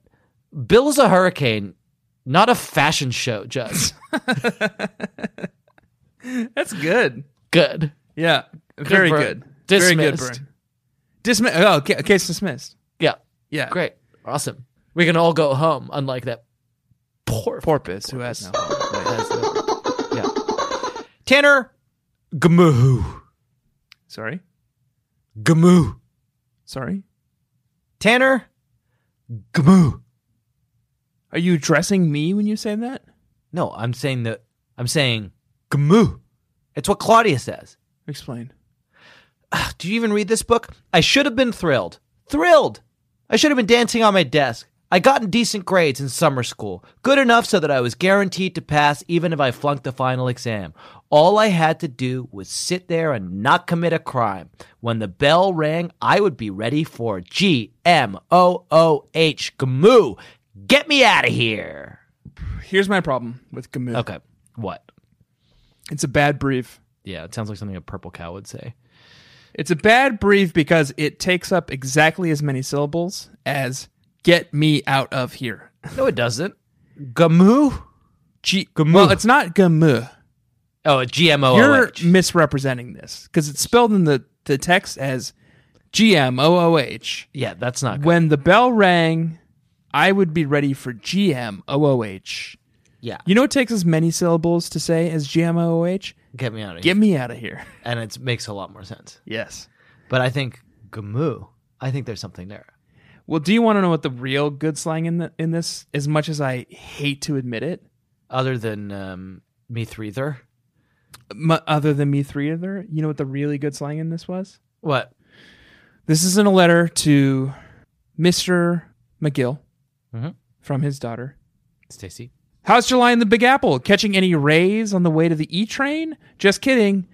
Bill is a hurricane, not a fashion show, Judge. That's good. Good. Yeah. Very burn. good. Very good Dismissed. burn. Dismiss. Oh, ca- case dismissed. Yeah. Yeah. Great. Awesome. We can all go home, unlike that poor. Porpoise, who has no. Right. That's the- yeah. Tanner. Gamoo. Sorry. Gamoo. Sorry. Tanner. Gamoo. Are you addressing me when you say that? No, I'm saying that. I'm saying gamoo. It's what Claudia says. Explain. Do you even read this book? I should have been thrilled. Thrilled! I should have been dancing on my desk. I gotten decent grades in summer school, good enough so that I was guaranteed to pass even if I flunked the final exam. All I had to do was sit there and not commit a crime. When the bell rang, I would be ready for G M O O H Gamoo. Get me out of here. Here's my problem with Gamu. Okay. What? It's a bad brief. Yeah, it sounds like something a purple cow would say. It's a bad brief because it takes up exactly as many syllables as get me out of here. No, it doesn't. Gamoo? G- well, it's not Gamu. Oh, a GMO. You're misrepresenting this because it's spelled in the, the text as GMOOH. Yeah, that's not good. When the bell rang, I would be ready for GMOOH. Yeah. You know it takes as many syllables to say as GMOOH? Get me out of here. Get me out of here. and it makes a lot more sense. Yes. But I think gamu. I think there's something there. Well, do you want to know what the real good slang in the, in this? As much as I hate to admit it, Other than um, me threether. m- other than me three other, you know what the really good slang in this was? What? This isn't a letter to Mister McGill Mhm. from his daughter. Stacy. How's July in the Big Apple? Catching any rays on the way to the E train? Just kidding.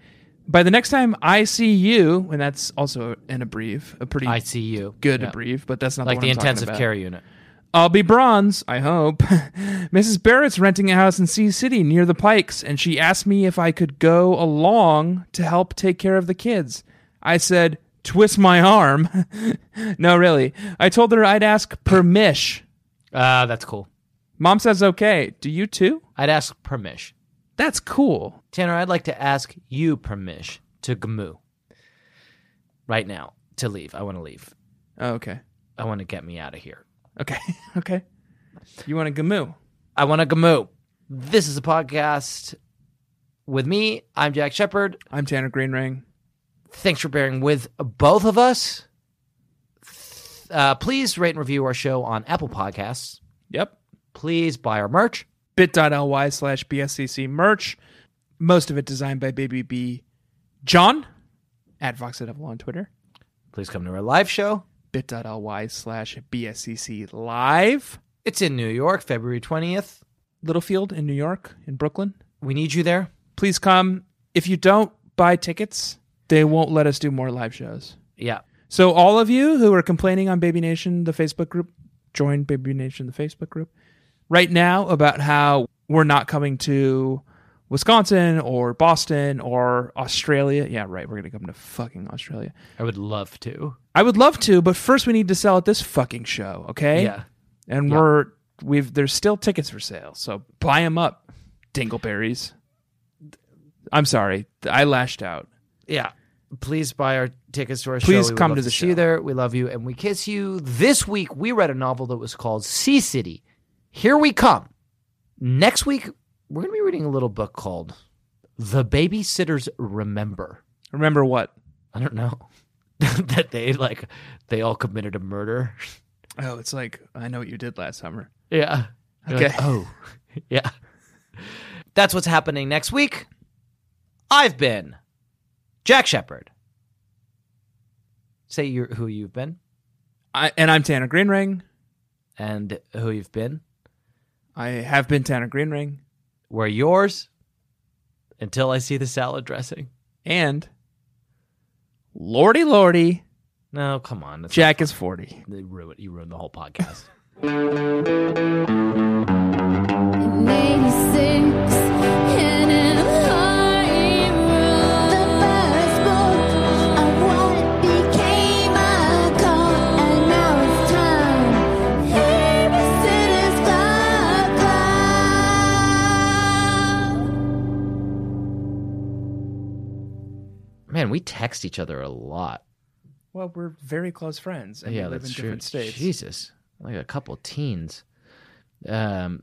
By the next time I see you, and that's also an abreve, a pretty I see you. good Yeah. abreve, but that's not Like the, the one I'm talking intensive about. care unit. I'll be bronze, I hope. Mrs. Barrett's renting a house in Sea City near the Pikes, and she asked me if I could go along to help take care of the kids. I said, twist my arm. no, really. I told her I'd ask permish. Ah, that's cool. Mom says, okay. Do you too? I'd ask permish. That's cool. Tanner, I'd like to ask you permish to gamu. Right now. To leave. I want to leave. Oh, okay. I want to get me out of here. Okay. okay. You want a gamoo? I want to gamu. This is a podcast with me. I'm Jack Shepard. I'm Tanner Greenring. thanks for bearing with both of us. Th- Uh, please rate and review our show on Apple Podcasts. Yep. Please buy our merch. Bit.ly slash BSCC merch. Most of it designed by Baby B. John at Voxedevil on Twitter. Please come to our live show. Bit.ly slash BSCC live. It's in New York, February 20th. Littlefield in New York, in Brooklyn. We need you there. Please come. If you don't buy tickets, they won't let us do more live shows. Yeah. So all of you who are complaining on Baby Nation, the Facebook group, join Baby Nation, the Facebook group, right now about how we're not coming to Wisconsin or Boston or Australia. Yeah, right. We're gonna come to fucking Australia. I would love to. I would love to, but first we need to sell at this fucking show, okay? Yeah. And we're we've there's still tickets for sale, so buy them up, dingleberries. I'm sorry, I lashed out. Yeah. Please buy our tickets to our show. Please We would come love to the see you show. there. We love you and we kiss you. This week, we read a novel that was called Sea City. Here we come. Next week, we're going to be reading a little book called The Babysitters Remember. Remember what? I don't know that they like they all committed a murder. Oh, it's like I know what you did last summer. Yeah. You're like, Okay. oh, yeah. That's what's happening next week. I've been Jack Shepard. Say you who you've been I, and I'm Tanner Greenring. and who you've been. I have been Tanner Greenring, We're yours until I see the salad dressing. and Lordy Lordy, No, come on. that's Jack is 40. not- they ruined, you ruined the whole podcast. 86 and am The first book of what became a cult, and now it's time. Babysitter's Club Club. Man, we text each other a lot. Well, we're very close friends, and yeah, we live that's in true. different states. Jesus, like a couple teens. Um,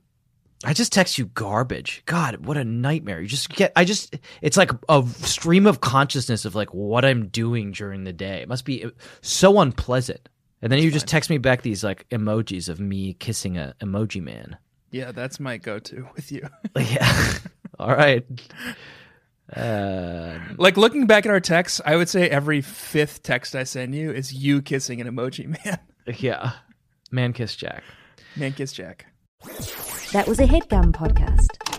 I just text you garbage. God, what a nightmare! You just get. I just. It's like a stream of consciousness of like what I'm doing during the day. It must be so unpleasant. And then you just text me back these like emojis of me kissing a emoji man. Yeah, that's my go-to with you. Yeah. All right. Uh, like looking back at our texts, I would say every fifth text I send you is you kissing an emoji man. yeah. Man kiss Jack. Man kiss Jack. That was a headgum podcast.